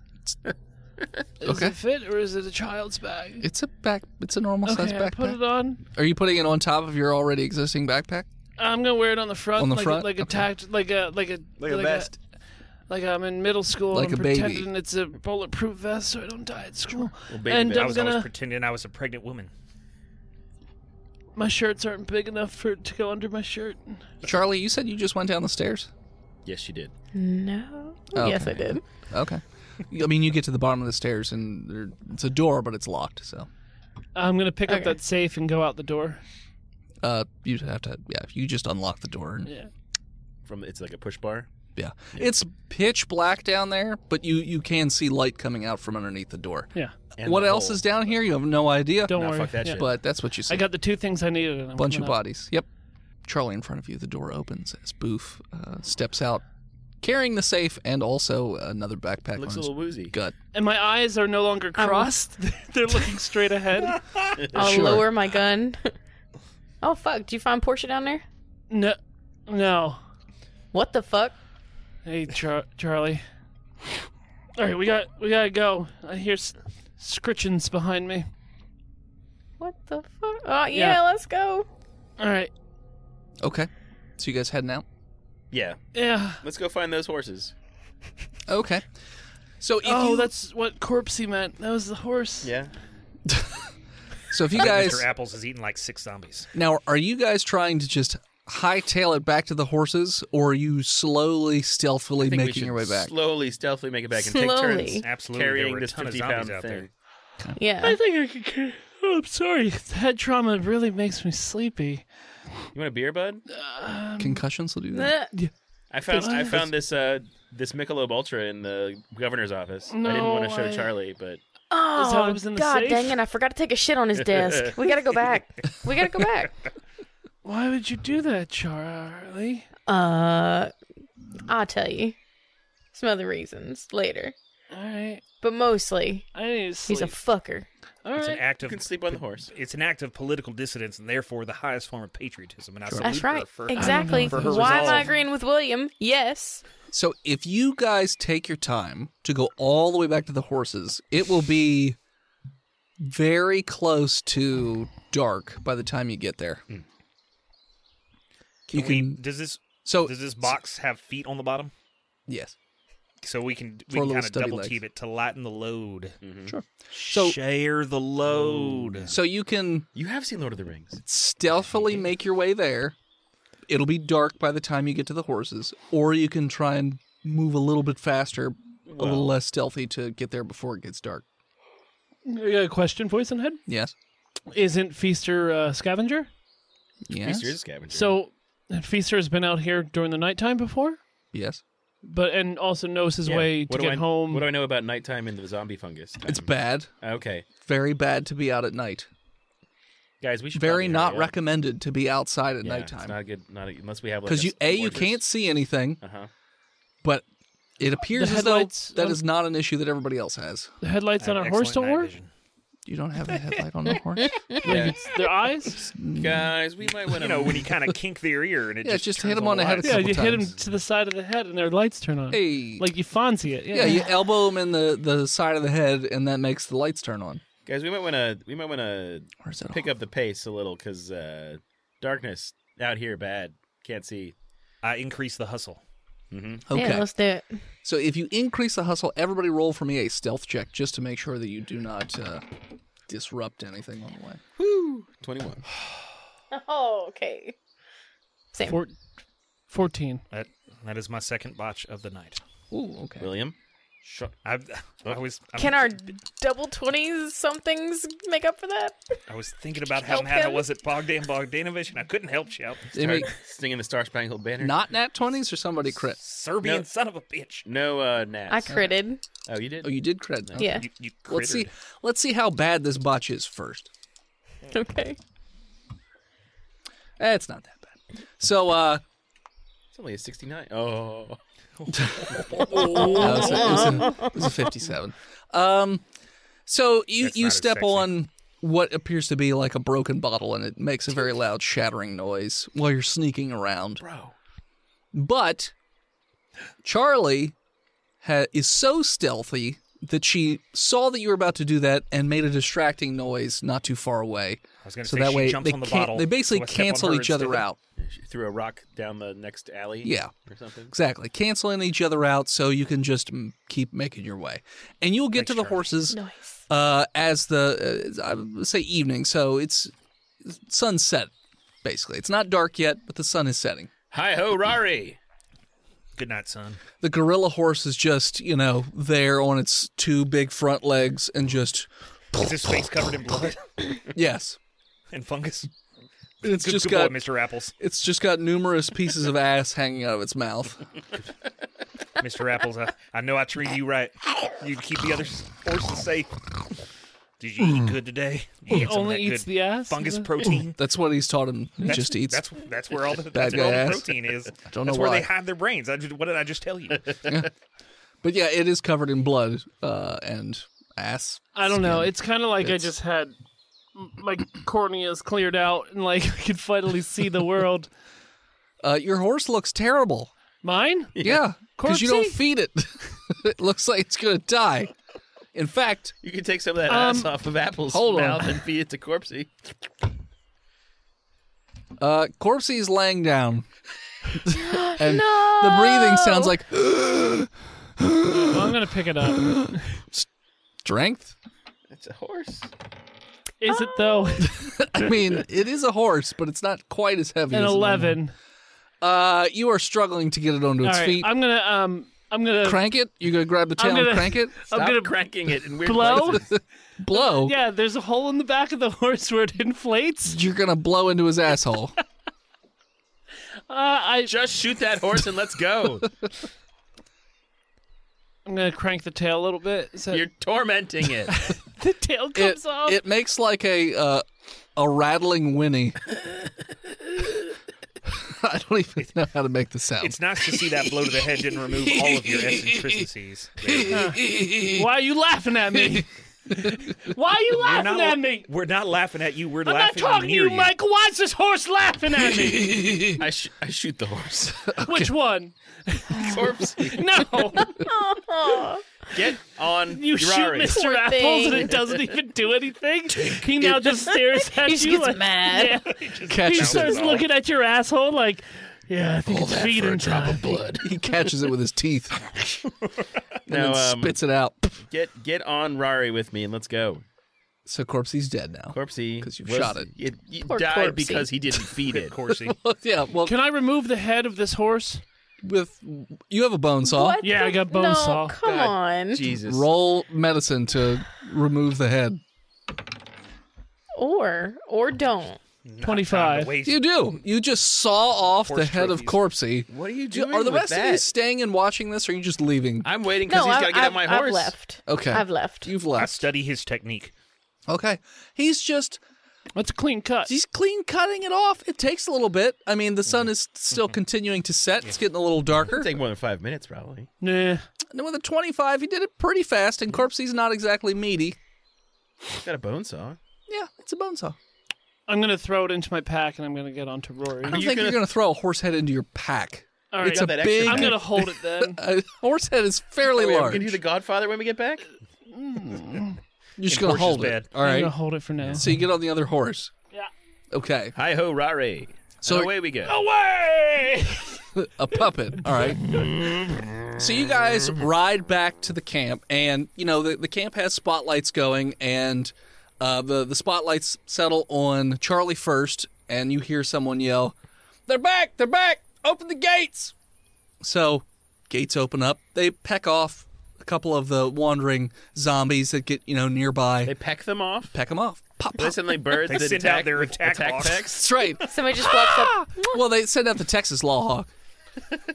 Speaker 3: Okay.
Speaker 7: it fit or is it a child's bag?
Speaker 3: It's a back. It's a normal
Speaker 7: okay,
Speaker 3: size
Speaker 7: I put
Speaker 3: backpack.
Speaker 7: it on.
Speaker 3: Are you putting it on top of your already existing backpack?
Speaker 7: I'm gonna wear it on the front,
Speaker 3: On the
Speaker 7: like
Speaker 3: front?
Speaker 7: A, like a
Speaker 3: Okay.
Speaker 7: tact, like a like a
Speaker 6: Like a vest.
Speaker 7: like I'm in middle school,
Speaker 3: Like
Speaker 7: I'm
Speaker 3: a baby.
Speaker 7: pretending it's a bulletproof vest so I don't die at school.
Speaker 6: baby
Speaker 7: and
Speaker 6: vest.
Speaker 2: I
Speaker 7: I'm
Speaker 2: was
Speaker 7: gonna,
Speaker 2: always pretending I was a pregnant woman.
Speaker 7: my shirts aren't big enough for it to go under my shirt.
Speaker 3: Charlie, you said you just went down the stairs.
Speaker 6: Yes, you did.
Speaker 4: No.
Speaker 3: Okay.
Speaker 4: Yes, I did.
Speaker 3: Okay. I mean, you get to the bottom of the stairs, and there, it's a door, but it's locked. So,
Speaker 7: I'm gonna pick up
Speaker 4: Okay.
Speaker 7: that safe and go out the door.
Speaker 3: uh, you'd have to, yeah, if you just unlock the door. And, yeah.
Speaker 7: Yeah.
Speaker 6: From it's like a push bar.
Speaker 3: it's pitch black down there, but you you can see light coming out from underneath the door.
Speaker 7: Yeah.
Speaker 6: And
Speaker 3: what
Speaker 6: the
Speaker 3: else
Speaker 6: hole.
Speaker 3: is down here? You have no idea.
Speaker 7: Don't
Speaker 6: Nah,
Speaker 7: worry.
Speaker 6: fuck that
Speaker 7: Yeah.
Speaker 6: shit.
Speaker 3: But that's what you see.
Speaker 7: I got the two things I needed. And I'm
Speaker 3: bunch of
Speaker 7: coming out.
Speaker 3: bodies. Yep. Charlie in front of you. The door opens as Boof uh, steps out, carrying the safe and also another backpack
Speaker 6: Looks
Speaker 3: on his
Speaker 6: a little woozy.
Speaker 3: gut.
Speaker 7: And my eyes are no longer
Speaker 4: I'm-
Speaker 7: crossed. They're looking straight ahead.
Speaker 4: I'll
Speaker 3: Sure.
Speaker 4: lower my gun. oh fuck! Do you find Portia down there?
Speaker 7: No. No.
Speaker 4: What the fuck?
Speaker 7: Hey, Char- Charlie. All right, we got we gotta go. I hear s- scritchings behind me.
Speaker 4: What the fuck? Oh yeah,
Speaker 7: Yeah.
Speaker 4: let's go.
Speaker 7: All right,
Speaker 3: Okay. So you guys heading out?
Speaker 6: Yeah,
Speaker 7: yeah.
Speaker 6: let's go find those horses.
Speaker 3: Okay. So if
Speaker 7: oh,
Speaker 3: you,
Speaker 7: that's what corpsey meant. That was the horse.
Speaker 6: Yeah,
Speaker 3: so if you guys
Speaker 2: Mr. Apples has eaten like six zombies.
Speaker 3: Now, are you guys trying to just hightail it back to the horses, or are you slowly,
Speaker 6: I
Speaker 3: stealthily
Speaker 6: think we
Speaker 3: making
Speaker 6: should
Speaker 3: your way back?
Speaker 6: slowly, stealthily make it back and
Speaker 4: Slowly.
Speaker 6: take turns
Speaker 2: Absolutely. there
Speaker 6: carrying
Speaker 2: were a
Speaker 6: this
Speaker 2: ton of
Speaker 6: fifty-pound
Speaker 2: zombies out
Speaker 6: thing.
Speaker 2: there.
Speaker 7: I
Speaker 4: Yeah.
Speaker 7: think I could. ca- Oh, I'm sorry. Head trauma really makes me sleepy. Um,
Speaker 6: You want a beer, bud?
Speaker 3: Concussions will do that.
Speaker 4: Ugh.
Speaker 6: I found I found this uh this Michelob Ultra in the governor's office. I didn't
Speaker 7: No
Speaker 6: want to show
Speaker 7: way.
Speaker 6: Charlie, but
Speaker 4: Oh,
Speaker 7: how it was in the
Speaker 4: God
Speaker 7: safe?
Speaker 4: dang it! I forgot to take a shit on his desk. We gotta go back. We gotta go back.
Speaker 7: Why would you do that, Charlie?
Speaker 4: Uh, I'll tell you some other reasons later,
Speaker 7: All right,
Speaker 4: but mostly
Speaker 7: I need to
Speaker 4: he's
Speaker 7: sleep.
Speaker 4: a fucker.
Speaker 7: All
Speaker 2: It's an
Speaker 7: right.
Speaker 2: act
Speaker 6: you
Speaker 2: of
Speaker 6: can sleep on the horse.
Speaker 2: it's an act of political dissidence and therefore the highest form of patriotism. And I salute
Speaker 4: That's right.
Speaker 2: her for
Speaker 4: Exactly.
Speaker 2: for her
Speaker 4: Why am I
Speaker 2: resolve.
Speaker 4: agreeing with William? Yes.
Speaker 3: So, if you guys take your time to go all the way back to the horses, it will be very close to dark by the time you get there.
Speaker 2: Can
Speaker 3: you
Speaker 2: we-
Speaker 3: can- Oh,
Speaker 2: does this
Speaker 3: So,
Speaker 2: does this box have feet on the bottom?
Speaker 3: yes.
Speaker 2: So we
Speaker 3: For
Speaker 2: can we can
Speaker 3: little
Speaker 2: kind of
Speaker 3: stubby
Speaker 2: double
Speaker 3: legs.
Speaker 2: team it to lighten the load.
Speaker 6: Mm-hmm.
Speaker 3: So,
Speaker 2: Share the load.
Speaker 3: so you can
Speaker 6: You have seen Lord of the Rings.
Speaker 3: stealthily make your way there. It'll be dark by the time you get to the horses, or you can try and move a little bit faster, a little less stealthy to get there before it gets dark.
Speaker 7: I got a question, voice and head.
Speaker 3: Yes.
Speaker 7: Isn't Feaster uh, scavenger?
Speaker 3: Yes.
Speaker 6: Feaster is a scavenger.
Speaker 7: So Feaster has been out here during the nighttime before,
Speaker 3: Yes.
Speaker 7: but and also knows his
Speaker 6: Yeah.
Speaker 7: way to
Speaker 6: What do
Speaker 7: get
Speaker 6: I-
Speaker 7: home.
Speaker 6: What do I know about nighttime and the zombie fungus? time?
Speaker 3: It's bad.
Speaker 6: Okay,
Speaker 3: Very bad to be out at night.
Speaker 6: guys, we should
Speaker 3: Very
Speaker 6: probably
Speaker 3: not
Speaker 6: hurry up.
Speaker 3: recommended to be outside at
Speaker 6: Yeah, It's
Speaker 3: nighttime
Speaker 6: not good. Not a, unless we have like
Speaker 3: because you a you
Speaker 6: fortress.
Speaker 3: can't see anything,
Speaker 6: Uh huh.
Speaker 3: but it appears as though
Speaker 7: headlights
Speaker 3: that
Speaker 7: on-
Speaker 3: is not an issue that everybody else has.
Speaker 7: the headlights on our horse don't work.
Speaker 3: You don't have a headlight on the horse.
Speaker 6: Yeah.
Speaker 7: Their eyes.
Speaker 6: guys, we might want to.
Speaker 2: You know when you kind of kink their ear and it
Speaker 3: Yeah,
Speaker 2: just,
Speaker 3: just
Speaker 2: turns
Speaker 3: hit 'em on the head.
Speaker 2: lights.
Speaker 7: Yeah,
Speaker 3: couple
Speaker 7: you hit them
Speaker 3: times.
Speaker 7: to the side of the head, and their lights turn on.
Speaker 3: Hey.
Speaker 7: Like you Fonzie it. Yeah.
Speaker 3: yeah, you elbow him in the, the side of the head, and that makes the lights turn on.
Speaker 6: guys, we might want to. We might want to
Speaker 3: Where's that?
Speaker 6: pick up the pace a little because uh, darkness out here bad. Can't see.
Speaker 2: I increase the hustle.
Speaker 3: Okay.
Speaker 4: Yeah, let's do it.
Speaker 3: So if you increase the hustle, everybody roll for me a stealth check just to make sure that you do not uh, disrupt anything on the way.
Speaker 6: Twenty one.
Speaker 4: Oh, okay. Same.
Speaker 7: Four- Fourteen.
Speaker 2: That that is my second botch of the night.
Speaker 3: Ooh, okay.
Speaker 6: William.
Speaker 2: Sure. I, I was. I'm-
Speaker 4: Can our double twenties somethings make up for that?
Speaker 2: I was thinking about how
Speaker 4: help
Speaker 2: mad I
Speaker 4: him?
Speaker 2: was at Bogdan Bogdanovich, and I couldn't help you out.
Speaker 3: They make
Speaker 6: Singing the Star Spangled Banner.
Speaker 3: not nat 20s or somebody crit.
Speaker 2: Serbian
Speaker 6: No.
Speaker 2: son of a bitch.
Speaker 6: no, uh, Nats.
Speaker 4: I critted.
Speaker 6: Oh, you did.
Speaker 3: Oh, you did crit. Okay.
Speaker 4: Yeah.
Speaker 2: You, you
Speaker 3: Let's see.
Speaker 2: crittered.
Speaker 3: Let's see how bad this botch is first.
Speaker 4: Okay.
Speaker 3: Eh, it's not that bad. So, uh,
Speaker 6: It's only a sixty-nine. Oh,
Speaker 3: No, it, was a, it was a- it was a 57. Um, so you,
Speaker 2: That's
Speaker 3: you
Speaker 2: not as
Speaker 3: step
Speaker 2: sexy.
Speaker 3: on what appears to be like a broken bottle, and it makes a very loud shattering noise while you're sneaking around.
Speaker 6: bro.
Speaker 3: But Charlie ha- is so stealthy that she saw that you were about to do that and made a distracting noise not too far away.
Speaker 2: I was going to
Speaker 3: So
Speaker 2: say
Speaker 3: that
Speaker 2: she
Speaker 3: way
Speaker 2: jumps
Speaker 3: they,
Speaker 2: on the
Speaker 3: can't-
Speaker 2: bottle.
Speaker 3: they basically
Speaker 2: so I step on
Speaker 3: cancel
Speaker 2: her
Speaker 3: each other
Speaker 2: instead.
Speaker 3: out.
Speaker 6: She threw a rock down the next alley.
Speaker 3: Yeah.
Speaker 6: or something.
Speaker 3: Exactly. Canceling each other out so you can just mm, keep making your way. And you'll get to the horses
Speaker 4: Nice.
Speaker 3: uh, as the uh, I would say evening. So it's sunset, basically. It's not dark yet, but the sun is setting.
Speaker 6: Hi ho, Rari.
Speaker 2: Good night, son.
Speaker 3: The gorilla horse is just you know there on its two big front legs and just
Speaker 2: Is his face covered in blood
Speaker 3: yes,
Speaker 2: and fungus?
Speaker 3: it's
Speaker 2: Good,
Speaker 3: just
Speaker 2: good
Speaker 3: got
Speaker 2: boy, Mr. Apples.
Speaker 3: it's just got numerous pieces of ass hanging out of its mouth.
Speaker 2: Mr. Apples, I, I know I treated you right. You keep the other s- horses safe. Did you eat good today? You
Speaker 7: He
Speaker 2: get some of
Speaker 7: only
Speaker 2: that
Speaker 7: eats
Speaker 2: good
Speaker 7: the ass.
Speaker 2: fungus
Speaker 7: Is that-
Speaker 2: protein.
Speaker 3: That's what he's taught him. He
Speaker 2: That's-
Speaker 3: just eats.
Speaker 2: That's that's where all the, that's
Speaker 3: guy
Speaker 2: where all the
Speaker 3: ass.
Speaker 2: protein is. I
Speaker 3: don't know
Speaker 2: that's where
Speaker 3: why.
Speaker 2: they hide their brains. I just, what did I just tell you?
Speaker 3: But yeah, it is covered in blood uh, and ass.
Speaker 7: I don't know. It's kind of like
Speaker 3: It's-
Speaker 7: I just had m- my corneas cleared out and like I could finally see the world.
Speaker 3: Uh, your horse looks terrible.
Speaker 7: Mine?
Speaker 3: Yeah, because you don't
Speaker 7: Corpsey?
Speaker 3: feed it. it looks like it's gonna die. In fact,
Speaker 6: You can take some of that ass
Speaker 7: Um,
Speaker 6: off of Apple's
Speaker 3: hold on.
Speaker 6: mouth and feed it to Corpsey.
Speaker 3: uh, Corpsey's laying down, and the breathing sounds like
Speaker 7: Well, I'm gonna pick it up.
Speaker 3: strength.
Speaker 6: It's a horse.
Speaker 7: Is it though?
Speaker 3: I mean, it is a horse, but it's not quite as heavy.
Speaker 7: An
Speaker 3: as
Speaker 7: eleven.
Speaker 3: Uh, you are struggling to get it onto
Speaker 7: All
Speaker 3: its
Speaker 7: right.
Speaker 3: feet.
Speaker 7: I'm gonna um. I'm gonna.
Speaker 3: crank it. You're gonna grab the tail
Speaker 7: I'm
Speaker 3: and
Speaker 7: gonna-
Speaker 3: crank it.
Speaker 7: I'm
Speaker 6: Stop
Speaker 7: gonna
Speaker 6: cranking it in weird
Speaker 7: blow.
Speaker 6: places.
Speaker 3: Blow.
Speaker 7: Yeah, there's a hole in the back of the horse where it inflates.
Speaker 3: You're gonna blow into his asshole.
Speaker 7: Uh, I,
Speaker 6: Just shoot that horse and let's go.
Speaker 7: I'm gonna crank the tail a little bit. So
Speaker 6: You're tormenting it.
Speaker 7: the tail
Speaker 3: it,
Speaker 7: comes off.
Speaker 3: it makes like a uh, a rattling whinny. I don't even know how to make the sound.
Speaker 2: It's nice to see that blow to the head didn't remove all of your eccentricities. There.
Speaker 7: Why are you laughing at me? Why are you
Speaker 2: We're
Speaker 7: laughing
Speaker 2: not,
Speaker 7: at me?
Speaker 2: we're not laughing at you. We're
Speaker 7: I'm not
Speaker 2: laughing
Speaker 7: talking to
Speaker 2: near
Speaker 7: you, Michael. Why is this horse laughing at me?
Speaker 6: I, sh- I shoot the horse.
Speaker 7: Which one?
Speaker 6: Corpsey,
Speaker 7: No,
Speaker 4: Aw.
Speaker 6: get on
Speaker 7: you
Speaker 6: Urari.
Speaker 7: shoot Mr.
Speaker 4: Poor
Speaker 7: Apples
Speaker 4: thing.
Speaker 7: and it doesn't even do anything. He now just stares at
Speaker 4: He
Speaker 7: you.
Speaker 4: just gets
Speaker 7: like,
Speaker 4: mad.
Speaker 7: Yeah. He
Speaker 3: catches
Speaker 7: starts
Speaker 3: it.
Speaker 7: looking at your asshole like, yeah, I think it's feeding time.
Speaker 6: blood.
Speaker 3: He catches it with his teeth and
Speaker 6: Now,
Speaker 3: then
Speaker 6: um,
Speaker 3: spits it out.
Speaker 6: get get on Rari with me and let's go.
Speaker 3: So Corpsey's dead now.
Speaker 6: Corpsey,
Speaker 3: 'Cause you've
Speaker 6: was-
Speaker 3: shot it.
Speaker 6: It, it
Speaker 4: Poor
Speaker 6: died
Speaker 4: Corpsey.
Speaker 6: because he didn't feed it.
Speaker 2: Corsi.
Speaker 3: yeah, well,
Speaker 7: Can I remove the head of this horse?
Speaker 3: with you have a bone saw.
Speaker 4: What
Speaker 7: Yeah,
Speaker 4: the-
Speaker 7: I got
Speaker 4: no,
Speaker 7: bonesaw.
Speaker 4: Come
Speaker 6: God,
Speaker 4: on.
Speaker 6: Jesus.
Speaker 3: Roll medicine to remove the head.
Speaker 4: Or or don't.
Speaker 7: Twenty-five.
Speaker 3: You do. You just saw off the
Speaker 2: Horse
Speaker 3: head of Corpsey.
Speaker 6: What are you
Speaker 3: Do-
Speaker 6: doing?
Speaker 3: are the
Speaker 6: with
Speaker 3: rest
Speaker 6: that?
Speaker 3: of you staying and watching this, or are you just leaving?
Speaker 6: I'm waiting
Speaker 4: No,
Speaker 6: because he's
Speaker 4: I,
Speaker 6: got to get
Speaker 4: I've,
Speaker 6: on my
Speaker 4: I've
Speaker 6: horse.
Speaker 4: left.
Speaker 3: Okay.
Speaker 4: I've left.
Speaker 3: You've
Speaker 2: I
Speaker 3: left.
Speaker 2: study his technique.
Speaker 3: Okay. He's just
Speaker 7: That's a clean cut.
Speaker 3: he's clean cutting it off. It takes a little bit. I mean, the sun is still continuing to set. It's getting a little darker.
Speaker 6: Mm-hmm. Take more than five minutes, probably.
Speaker 7: Nah.
Speaker 3: And with a 25, he did it pretty fast, and Corpsey's not exactly meaty.
Speaker 6: Got a bone saw.
Speaker 3: Yeah, it's a bone saw.
Speaker 7: I'm gonna throw it into my pack and I'm gonna get onto Rory.
Speaker 3: I don't
Speaker 6: you
Speaker 3: think you're
Speaker 6: gonna-
Speaker 3: going to throw a horse head into your pack.
Speaker 7: All
Speaker 6: You
Speaker 7: right,
Speaker 3: It's
Speaker 6: got
Speaker 3: a
Speaker 6: that extra
Speaker 3: big.
Speaker 7: I'm
Speaker 6: pack.
Speaker 7: gonna hold it then.
Speaker 3: A horse head is fairly
Speaker 6: Wait, are we
Speaker 3: large.
Speaker 6: gonna do the Godfather when we get back?
Speaker 3: You're just
Speaker 2: in
Speaker 3: gonna
Speaker 2: horse's
Speaker 3: hold it.
Speaker 2: bed.
Speaker 3: All
Speaker 7: I'm
Speaker 3: right.
Speaker 7: gonna hold it for now.
Speaker 3: So you get on the other horse.
Speaker 7: Yeah.
Speaker 3: Okay.
Speaker 6: Hi ho, Rari.
Speaker 3: So-
Speaker 6: So away we go.
Speaker 7: Away!
Speaker 3: A puppet. All right. So you guys ride back to the camp, and you know the the camp has spotlights going, and uh, the the spotlights settle on Charlie first, and you hear someone yell, "They're back! They're back! Open the gates!" So gates open up. They peck off a a couple of the wandering zombies that get you know nearby.
Speaker 6: They peck them off.
Speaker 3: peck them off. Pop, pop.
Speaker 6: Listen, they birds
Speaker 2: They
Speaker 6: that
Speaker 2: send
Speaker 6: attack,
Speaker 2: out their attack
Speaker 6: attack
Speaker 2: hawks.
Speaker 6: pecks.
Speaker 3: That's right.
Speaker 4: Somebody just walks up.
Speaker 3: Well, they send out the Texas law hawk.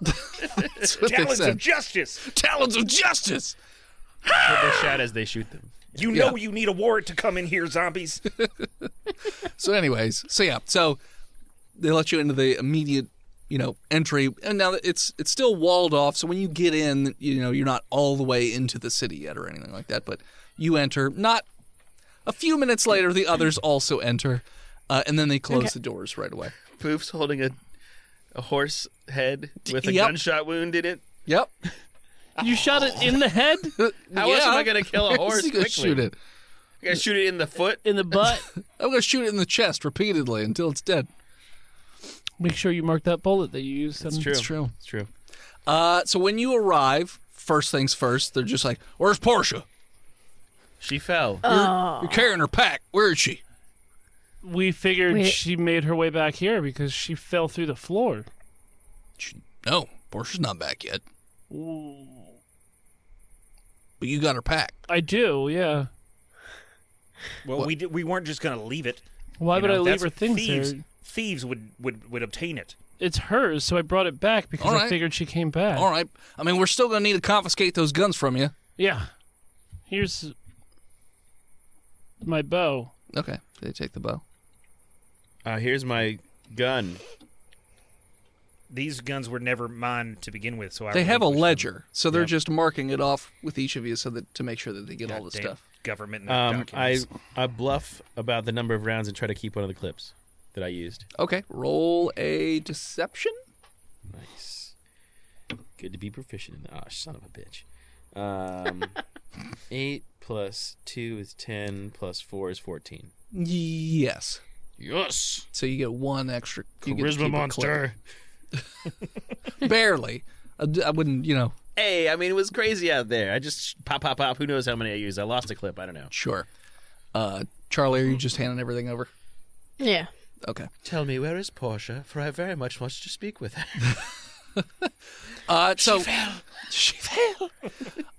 Speaker 3: That's what they
Speaker 2: Talons of
Speaker 3: said.
Speaker 2: justice.
Speaker 3: Talons of justice.
Speaker 6: They shout as they shoot them.
Speaker 2: You
Speaker 3: Yeah.
Speaker 2: know you need a warrant to come in here, zombies.
Speaker 3: So, anyways, so yeah, so they let you into the immediate, you know, entry, and now it's it's still walled off. So when you get in, you know, you're not all the way into the city yet or anything like that, but you enter. Not a few minutes later, the others also enter, uh, and then they close the doors right away.
Speaker 6: Poof's holding a a horse head with a
Speaker 3: yep.
Speaker 6: gunshot wound in it.
Speaker 3: Yep.
Speaker 7: You shot it in the head,
Speaker 6: How else am I gonna kill a horse
Speaker 3: gonna
Speaker 6: quickly?
Speaker 3: shoot it.
Speaker 6: I gotta shoot it in the foot.
Speaker 7: in the butt.
Speaker 3: I'm gonna shoot it in the chest repeatedly until it's dead.
Speaker 7: Make sure you mark that bullet that you used. That's
Speaker 3: It's true.
Speaker 6: It's true.
Speaker 3: Uh, so when you arrive, first things first, they're just like, "Where's Portia?
Speaker 6: She fell.
Speaker 3: You're carrying her pack. Where is she?"
Speaker 7: We figured
Speaker 4: Wait.
Speaker 7: she made her way back here because she fell through the floor.
Speaker 3: She- no, Portia's not back yet. But you got her pack.
Speaker 7: I do, yeah.
Speaker 2: well, we did, we weren't just going to leave it.
Speaker 7: Why
Speaker 2: you
Speaker 7: would
Speaker 2: know,
Speaker 7: I leave
Speaker 2: that's-
Speaker 7: her things
Speaker 2: thieves,
Speaker 7: there?
Speaker 2: Thieves would, would, would obtain it.
Speaker 7: It's hers, so I brought it back because
Speaker 3: All
Speaker 7: I
Speaker 3: right.
Speaker 7: figured she came back.
Speaker 3: All right. I mean, we're still gonna need to confiscate those guns from you.
Speaker 7: Yeah. Here's my bow.
Speaker 3: Okay. They take the bow.
Speaker 6: Uh, here's my gun.
Speaker 2: These guns were never mine to begin with, so I
Speaker 3: They have a
Speaker 2: relinquished them.
Speaker 3: ledger, so they're
Speaker 2: Yeah.
Speaker 3: just marking it off with each of you, so that to make sure that they get all the
Speaker 2: Goddamn
Speaker 3: stuff.
Speaker 2: Government. and
Speaker 6: Um, I
Speaker 2: documents.
Speaker 6: I bluff about the number of rounds and try to keep one of the clips that I used.
Speaker 3: Okay. Roll a deception.
Speaker 6: Nice. Good to be proficient in that. Oh, son of a bitch. Um, eight plus two is ten. Plus four is fourteen.
Speaker 3: Yes.
Speaker 6: Yes.
Speaker 3: So you get one extra you get to keep a clip. Barely. I, d- I wouldn't, you know.
Speaker 6: Hey, I mean it was crazy out there. I just pop, pop, pop. Who knows how many I used? I lost a clip. I don't know.
Speaker 3: Sure. Uh, Charlie, are you just handing everything over?
Speaker 4: Yeah.
Speaker 3: Okay.
Speaker 6: Tell me where is Portia, for I very much want to speak with her.
Speaker 3: Uh, so she fell.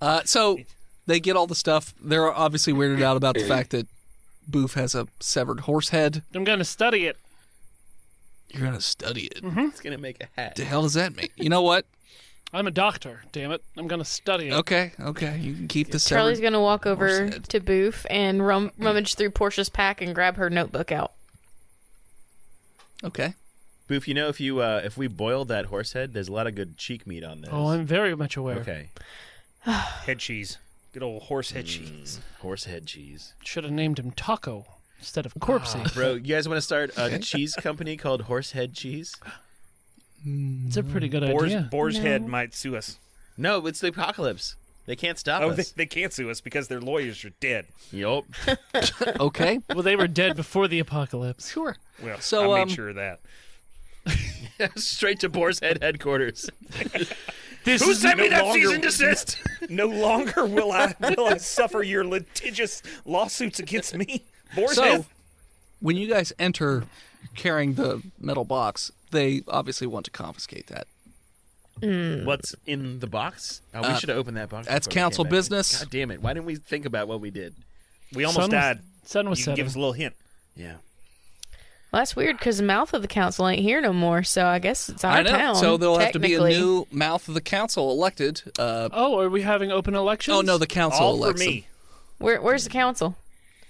Speaker 3: uh, so they get all the stuff. They're obviously weirded out about the fact that Boof has a severed horse head.
Speaker 7: I'm gonna study it.
Speaker 3: You're gonna study it.
Speaker 4: Mm-hmm.
Speaker 6: It's gonna make a hat.
Speaker 3: The hell does that mean? You know what?
Speaker 7: I'm a doctor, damn it. I'm gonna study it.
Speaker 3: Okay, okay. You can keep the
Speaker 4: Charlie's
Speaker 3: severed.
Speaker 4: gonna walk over
Speaker 3: head.
Speaker 4: to Boof and rum- rummage through Portia's pack and grab her notebook out.
Speaker 3: Okay.
Speaker 6: Boof, you know if you uh, if we boil that horse head, there's a lot of good cheek meat on this.
Speaker 7: Oh, I'm very much aware.
Speaker 6: okay.
Speaker 2: head cheese. Good old horse head
Speaker 3: Hmm.
Speaker 2: cheese.
Speaker 6: Horse head cheese,
Speaker 7: Should have named him Taco instead of Corpsey.
Speaker 6: bro. You guys want to start a cheese company called Horse Head Cheese?
Speaker 7: It's a pretty good
Speaker 2: Boar's,
Speaker 7: idea.
Speaker 2: boar's head might sue us.
Speaker 6: No, it's the apocalypse. They can't stop
Speaker 2: Oh, they,
Speaker 6: us.
Speaker 2: they can't sue us because their lawyers are dead.
Speaker 6: Yup.
Speaker 3: Okay.
Speaker 7: well, they were dead before the apocalypse.
Speaker 3: sure.
Speaker 2: Well,
Speaker 3: So,
Speaker 2: I made
Speaker 3: um,
Speaker 2: sure of that.
Speaker 6: Straight to Boar's Head headquarters.
Speaker 7: This
Speaker 2: Who
Speaker 7: is
Speaker 2: sent me
Speaker 7: no
Speaker 2: that
Speaker 7: longer-
Speaker 2: cease and desist? no longer will I will I suffer your litigious lawsuits against me. Boar's
Speaker 3: So
Speaker 2: head.
Speaker 3: when you guys enter carrying the metal box, they obviously want to confiscate that.
Speaker 6: What's in the box? Oh, we should have opened that box.
Speaker 3: Uh, that's
Speaker 6: before we came
Speaker 3: council
Speaker 6: back in.
Speaker 3: business.
Speaker 6: God damn it! Why didn't we think about what we did?
Speaker 2: We almost
Speaker 7: Sun was-
Speaker 2: died.
Speaker 7: sun was
Speaker 2: you can give
Speaker 7: setting.
Speaker 2: us a little hint.
Speaker 6: Yeah.
Speaker 4: Well, that's weird because the mouth of the council ain't here no more, so I guess it's our
Speaker 3: I know.
Speaker 4: town.
Speaker 3: so there'll have to be a
Speaker 4: technically.
Speaker 3: new mouth of the council elected. Uh,
Speaker 7: Oh, are we having open elections?
Speaker 3: oh no, the council
Speaker 2: All for
Speaker 3: elects them.
Speaker 2: me.
Speaker 4: Where, where's the council?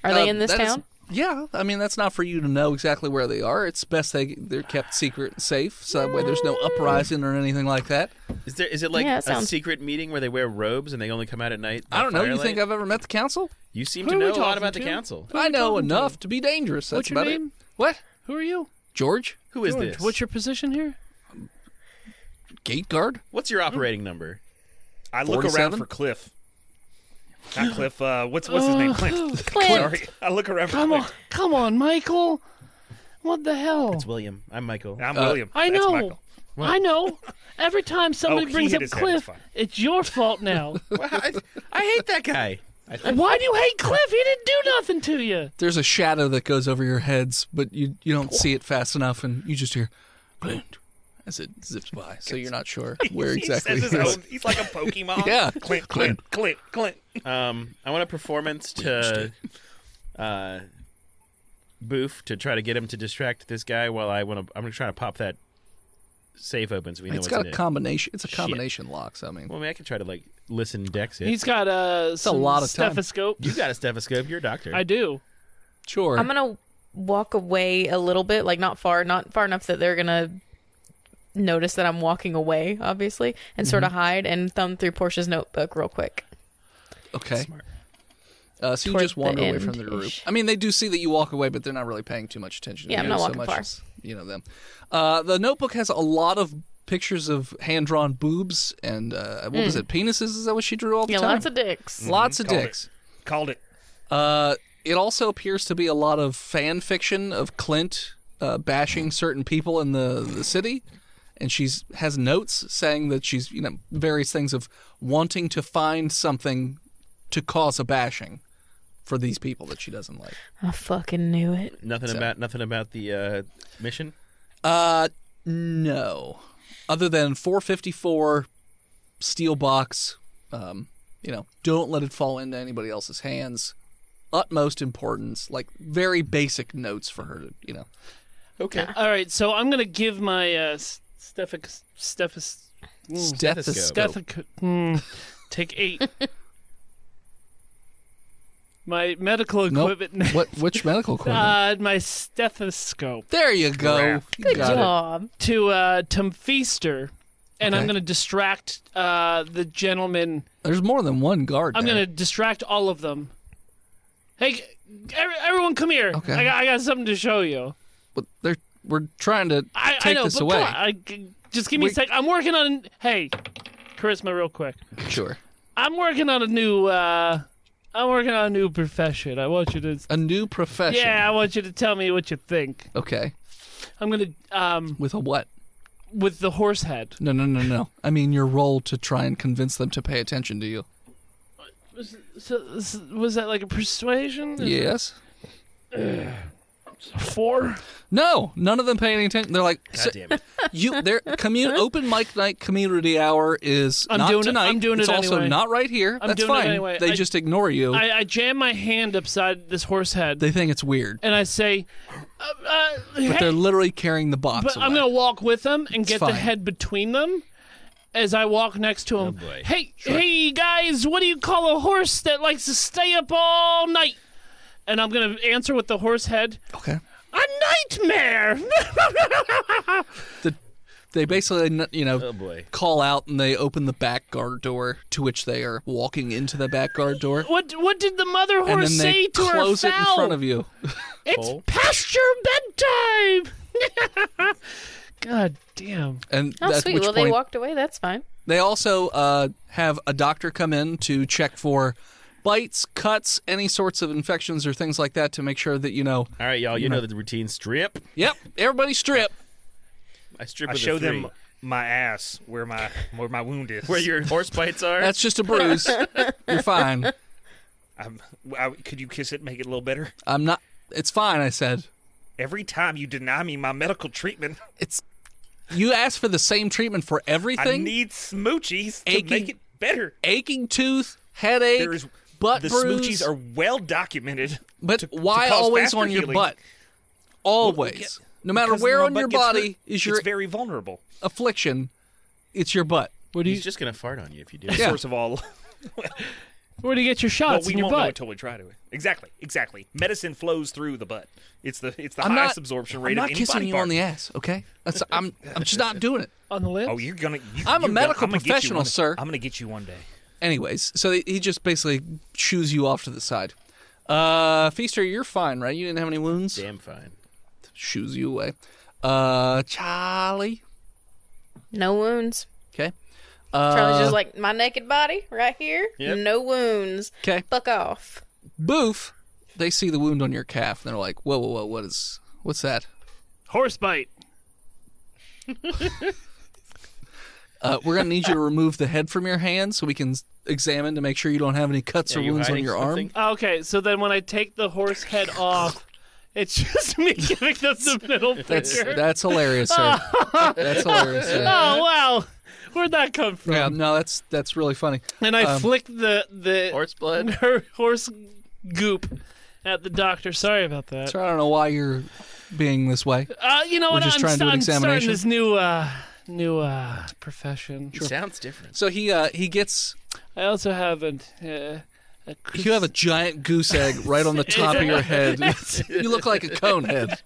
Speaker 4: Are they
Speaker 3: Uh,
Speaker 4: in this
Speaker 3: that is-
Speaker 4: town?
Speaker 3: yeah, I mean that's not for you to know exactly where they are. It's best they they're kept secret and safe, so that way there's no uprising or anything like that.
Speaker 6: Is there? Is it like
Speaker 4: Yeah,
Speaker 6: a
Speaker 4: that sounds-
Speaker 6: secret meeting where they wear robes and they only come out at night? by
Speaker 3: I don't know. You
Speaker 6: firelight?
Speaker 3: think I've ever met the council?
Speaker 6: You seem
Speaker 7: Who
Speaker 6: to
Speaker 7: are we
Speaker 6: know a lot
Speaker 7: talking
Speaker 6: about the
Speaker 7: to?
Speaker 6: council.
Speaker 7: are
Speaker 3: I
Speaker 7: you
Speaker 3: know
Speaker 7: talking
Speaker 3: enough
Speaker 7: to?
Speaker 3: to? be dangerous. That's
Speaker 7: What's your
Speaker 3: about
Speaker 7: name?
Speaker 3: it. What?
Speaker 7: Who are you?
Speaker 3: George?
Speaker 6: Who is
Speaker 7: George,
Speaker 6: this?
Speaker 7: What's your position here?
Speaker 3: Gate guard?
Speaker 6: What's your operating number?
Speaker 2: I look
Speaker 3: 47?
Speaker 2: around for Cliff. Not Cliff. Uh, what's what's his name? Clint.
Speaker 4: Clint.
Speaker 2: Sorry. I look around for
Speaker 7: Come on,
Speaker 2: Clint.
Speaker 7: come on, Michael. What the hell?
Speaker 6: It's William. I'm Michael.
Speaker 3: Uh,
Speaker 2: I'm William.
Speaker 7: I
Speaker 2: That's
Speaker 7: know.
Speaker 2: Michael.
Speaker 7: I know. Every time somebody
Speaker 2: Oh, he
Speaker 7: brings
Speaker 2: hit
Speaker 7: up
Speaker 2: his head, it's
Speaker 7: Cliff,
Speaker 2: fine.
Speaker 7: it's your fault now.
Speaker 6: Wow, I, I hate that guy. I think
Speaker 7: Why do you hate Cliff? He didn't do nothing to you.
Speaker 3: There's a shadow that goes over your heads, but you you don't see it fast enough, and you just hear Clint as it zips by, so you're not sure where
Speaker 2: He
Speaker 3: exactly.
Speaker 2: says
Speaker 3: it
Speaker 2: his
Speaker 3: is.
Speaker 2: own. He's like a Pokemon.
Speaker 3: Yeah.
Speaker 2: Clint, Clint, Clint, Clint.
Speaker 6: Um, I want a performance to uh, Boof to try to get him to distract this guy while I want to. I'm trying to pop that safe open so we know
Speaker 3: It's
Speaker 6: what's
Speaker 3: got
Speaker 6: in
Speaker 3: a
Speaker 6: it.
Speaker 3: combination. It's a
Speaker 6: Shit.
Speaker 3: combination lock. So I mean,
Speaker 6: well, I mean, I can try to like listen Dex it.
Speaker 7: He's got uh, some
Speaker 3: lot of time.
Speaker 7: stethoscope.
Speaker 6: you got a stethoscope. You're a doctor.
Speaker 7: I do.
Speaker 3: sure.
Speaker 4: I'm gonna walk away a little bit, like not far, not far enough that they're gonna notice that I'm walking away, obviously, and sort of
Speaker 3: Mm-hmm.
Speaker 4: hide and thumb through Portia's notebook real quick.
Speaker 3: okay. Uh, so you
Speaker 4: Towards
Speaker 3: just wander
Speaker 4: the
Speaker 3: away from the group.
Speaker 4: end-ish.
Speaker 3: I mean, they do see that you walk away, but they're not really paying too much attention. to
Speaker 4: Yeah, I'm
Speaker 3: you
Speaker 4: not
Speaker 3: so
Speaker 4: walking
Speaker 3: much
Speaker 4: far.
Speaker 3: as, you know them. Uh, the notebook has a lot of pictures of hand-drawn boobs and uh, what was it? Penises? Is that what she drew all the
Speaker 4: Mm. Yeah,
Speaker 3: time?
Speaker 4: lots of dicks.
Speaker 3: Lots of
Speaker 2: Mhm. Called it.
Speaker 3: dicks.
Speaker 2: Called it.
Speaker 3: Uh, it also appears to be a lot of fan fiction of Clint uh, bashing certain people in the, the city, and she's has notes saying that she's you know various things of wanting to find something to cause a bashing for these people that she doesn't like.
Speaker 4: I fucking knew it.
Speaker 6: nothing about nothing about the uh, mission.
Speaker 3: Uh, no, other than 454 steel box. Um, you know, don't let it fall into anybody else's hands. Utmost importance, like very basic notes for her to, you know,
Speaker 6: Okay.
Speaker 7: All right, so I'm gonna give my uh, s- stethos stethos
Speaker 3: stethoscope.
Speaker 7: stethoscope. Mm, take eight. my medical
Speaker 3: Nope.
Speaker 7: equipment.
Speaker 3: what? Which medical equipment?
Speaker 7: Uh, my stethoscope
Speaker 3: there you go.
Speaker 2: crap.
Speaker 3: You
Speaker 4: Good
Speaker 3: got it.
Speaker 4: job.
Speaker 7: to uh, Tom Feaster, and I'm
Speaker 3: Okay.
Speaker 7: gonna distract uh, the gentleman.
Speaker 3: There's more than one guard.
Speaker 7: I'm
Speaker 3: there.
Speaker 7: gonna distract all of them. Hey, g- every- everyone, come here.
Speaker 3: Okay.
Speaker 7: I got, I got something to show you.
Speaker 3: But they're, we're trying to
Speaker 7: I,
Speaker 3: take
Speaker 7: I know,
Speaker 3: this
Speaker 7: but
Speaker 3: away.
Speaker 7: Come on, I, g- just give me
Speaker 3: We-
Speaker 7: a sec. I'm working on. Hey, charisma, real quick.
Speaker 3: Sure.
Speaker 7: I'm working on a new. uh I'm working on a new profession. I want you to.
Speaker 3: A new profession.
Speaker 7: Yeah, I want you to tell me what you think.
Speaker 3: Okay.
Speaker 7: I'm gonna um
Speaker 3: With a what?
Speaker 7: with the horse head.
Speaker 3: No, no, no, no. I mean your role to try and convince them to pay attention to you.
Speaker 7: So, so was that like a persuasion?
Speaker 3: Yes.
Speaker 7: Four.
Speaker 3: No, none of them pay any attention. They're like,
Speaker 6: God
Speaker 3: "So
Speaker 6: damn it.
Speaker 3: you, their commun- open mic night community hour is
Speaker 7: I'm
Speaker 3: not
Speaker 7: doing it-
Speaker 3: tonight.
Speaker 7: I'm doing
Speaker 3: it's
Speaker 7: it
Speaker 3: also
Speaker 7: anyway.
Speaker 3: not right here.
Speaker 7: I'm
Speaker 3: That's
Speaker 7: doing it
Speaker 3: fine.
Speaker 7: anyway.
Speaker 3: They
Speaker 7: I-
Speaker 3: just ignore you.
Speaker 7: I, I jam my hand upside this horse head,
Speaker 3: they think it's weird,
Speaker 7: and I say, uh, uh,
Speaker 3: but
Speaker 7: "Hey,
Speaker 3: they're literally carrying the box.
Speaker 7: But I'm
Speaker 3: away.
Speaker 7: gonna walk with them and get the
Speaker 3: fine.
Speaker 7: head between them as I walk next to him.
Speaker 6: boy.
Speaker 7: hey, hey guys, what do you call a horse that likes to stay up all night? And I'm gonna answer with the horse head.
Speaker 3: Okay.
Speaker 7: A nightmare.
Speaker 3: The, they basically, you know,
Speaker 6: Oh boy.
Speaker 3: call out and they open the back guard door, to which they are walking into the back guard door,
Speaker 7: what what did the mother
Speaker 3: and
Speaker 7: horse
Speaker 3: then they
Speaker 7: say to
Speaker 3: close
Speaker 7: her
Speaker 3: it in
Speaker 7: fowl?
Speaker 3: front of you.
Speaker 7: It's
Speaker 6: Hole.
Speaker 7: past your bedtime. God damn.
Speaker 3: And
Speaker 4: Oh,
Speaker 3: at
Speaker 4: sweet.
Speaker 3: which
Speaker 4: Well,
Speaker 3: point
Speaker 4: they walked away. That's fine.
Speaker 3: They also uh, have a doctor come in to check for bites, cuts, any sorts of infections or things like that to make sure that you know.
Speaker 6: All right, y'all. You know the routine. Strip.
Speaker 3: Yep, everybody strip.
Speaker 6: I strip.
Speaker 2: I
Speaker 6: with a
Speaker 2: show
Speaker 6: three.
Speaker 2: them my ass where my where my wound is.
Speaker 6: where your horse bites are.
Speaker 3: That's just a bruise. You're fine.
Speaker 2: I'm, I, could you kiss it? Make it a little better.
Speaker 3: I'm not. It's fine. I said.
Speaker 2: Every time you deny me my medical treatment,
Speaker 3: It's. You asked for the same treatment for
Speaker 2: I
Speaker 3: everything.
Speaker 2: need smoochies to
Speaker 3: Aching-
Speaker 2: make it better.
Speaker 3: Aching tooth, headache,
Speaker 2: There is
Speaker 3: butt
Speaker 2: the
Speaker 3: bruise.
Speaker 2: smoochies are well documented.
Speaker 3: but
Speaker 2: to- to
Speaker 3: why
Speaker 2: cause
Speaker 3: always
Speaker 2: faster
Speaker 3: on your
Speaker 2: healing.
Speaker 3: butt? Always. no matter
Speaker 2: Because
Speaker 3: where
Speaker 2: my
Speaker 3: on
Speaker 2: butt
Speaker 3: your
Speaker 2: gets hurt,
Speaker 3: body is your
Speaker 2: it's very vulnerable.
Speaker 3: affliction, it's your butt.
Speaker 7: Where do you
Speaker 6: He's just gonna fart on you if you do.
Speaker 3: Yeah.
Speaker 2: Source of all.
Speaker 7: where do you get your
Speaker 2: Well,
Speaker 7: shots
Speaker 2: we
Speaker 7: in your
Speaker 2: won't know
Speaker 7: butt?
Speaker 2: until we try to. Exactly, exactly. Medicine flows through the butt. It's the it's the
Speaker 3: I'm not
Speaker 2: highest absorption
Speaker 3: I'm
Speaker 2: rate
Speaker 3: not
Speaker 2: of any
Speaker 3: kissing
Speaker 2: body
Speaker 3: you
Speaker 2: part.
Speaker 3: on the ass, okay? That's, I'm I'm just not doing it.
Speaker 7: on the lips?
Speaker 2: Oh, you're gonna. You,
Speaker 3: I'm a
Speaker 2: you're
Speaker 3: medical
Speaker 2: gonna, I'm gonna get you
Speaker 3: professional,
Speaker 2: one-
Speaker 3: sir.
Speaker 2: I'm gonna get you one day.
Speaker 3: Anyways, so he- he just basically shoos you off to the side. Uh, Feaster, you're fine, right? You didn't have any wounds.
Speaker 6: Damn fine.
Speaker 3: Shoos you away. Uh, Charlie.
Speaker 4: No wounds.
Speaker 3: Okay. Uh,
Speaker 4: Charlie's just like my naked body right here.
Speaker 6: Yep.
Speaker 4: No wounds.
Speaker 3: 'Kay.
Speaker 4: Fuck off.
Speaker 3: Boof. They see the wound on your calf and they're like, "Whoa, whoa, whoa! What is? What's that?"
Speaker 7: Horse bite.
Speaker 3: Uh, we're gonna need you to remove the head from your hand so we can s- examine to make sure you don't have any cuts
Speaker 6: Are
Speaker 3: or
Speaker 6: you
Speaker 3: wounds on
Speaker 7: Oh,
Speaker 6: hiding
Speaker 3: your
Speaker 6: something?
Speaker 3: arm.
Speaker 7: Okay, so then when I take the horse head off, It's just me giving them the middle
Speaker 3: That's
Speaker 7: finger.
Speaker 3: that's hilarious, sir. that's hilarious. Sir.
Speaker 7: Oh wow, where'd that come from?
Speaker 3: Yeah, no, that's that's really funny.
Speaker 7: And I
Speaker 3: Um,
Speaker 7: flicked the the
Speaker 9: Horse blood.
Speaker 7: her horse goop at the doctor. Sorry about that.
Speaker 3: Sir, I don't know why you're being this way.
Speaker 7: Uh, you know
Speaker 3: We're
Speaker 7: what?
Speaker 3: just
Speaker 7: I'm,
Speaker 3: trying to do an
Speaker 7: I'm starting
Speaker 3: examination.
Speaker 7: this new uh, new uh, profession.
Speaker 9: Sounds different.
Speaker 3: So he uh, he gets
Speaker 7: I also have an, uh, a
Speaker 3: you have a giant goose egg right on the top of your head. you look like a cone head.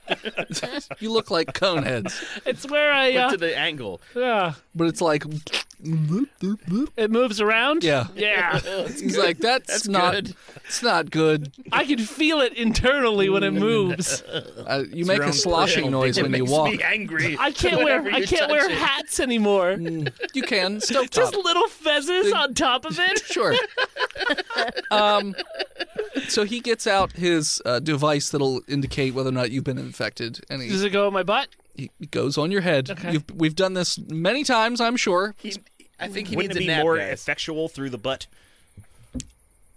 Speaker 3: you look like cone heads,
Speaker 7: It's where I
Speaker 6: Look
Speaker 7: uh,
Speaker 6: to the angle.
Speaker 7: yeah.
Speaker 3: but it's like
Speaker 7: It moves around.
Speaker 3: yeah.
Speaker 7: Yeah.
Speaker 3: He's like that's, not it's not good.
Speaker 7: I can feel it internally when it
Speaker 3: Mm.
Speaker 7: moves.
Speaker 3: Uh, you make a sloshing noise
Speaker 6: It
Speaker 3: when you
Speaker 6: makes
Speaker 3: walk.
Speaker 6: me angry.
Speaker 7: I can't wear
Speaker 6: Whatever
Speaker 7: I
Speaker 6: you're
Speaker 7: can't wear
Speaker 6: touching.
Speaker 7: hats anymore.
Speaker 3: You can stovetop.
Speaker 7: Just little fezzes on top of it.
Speaker 3: Sure. um, so he gets out his uh, device that'll indicate whether or not you've been infected, and
Speaker 7: Does
Speaker 3: he,
Speaker 7: it go in my butt?
Speaker 3: he goes on your head.
Speaker 7: Okay.
Speaker 3: You've, we've done this many times, I'm sure.
Speaker 9: He, I think he
Speaker 2: Wouldn't
Speaker 9: needs
Speaker 2: it
Speaker 9: a
Speaker 2: be
Speaker 9: nap,
Speaker 2: more
Speaker 9: guys.
Speaker 2: effectual through the butt?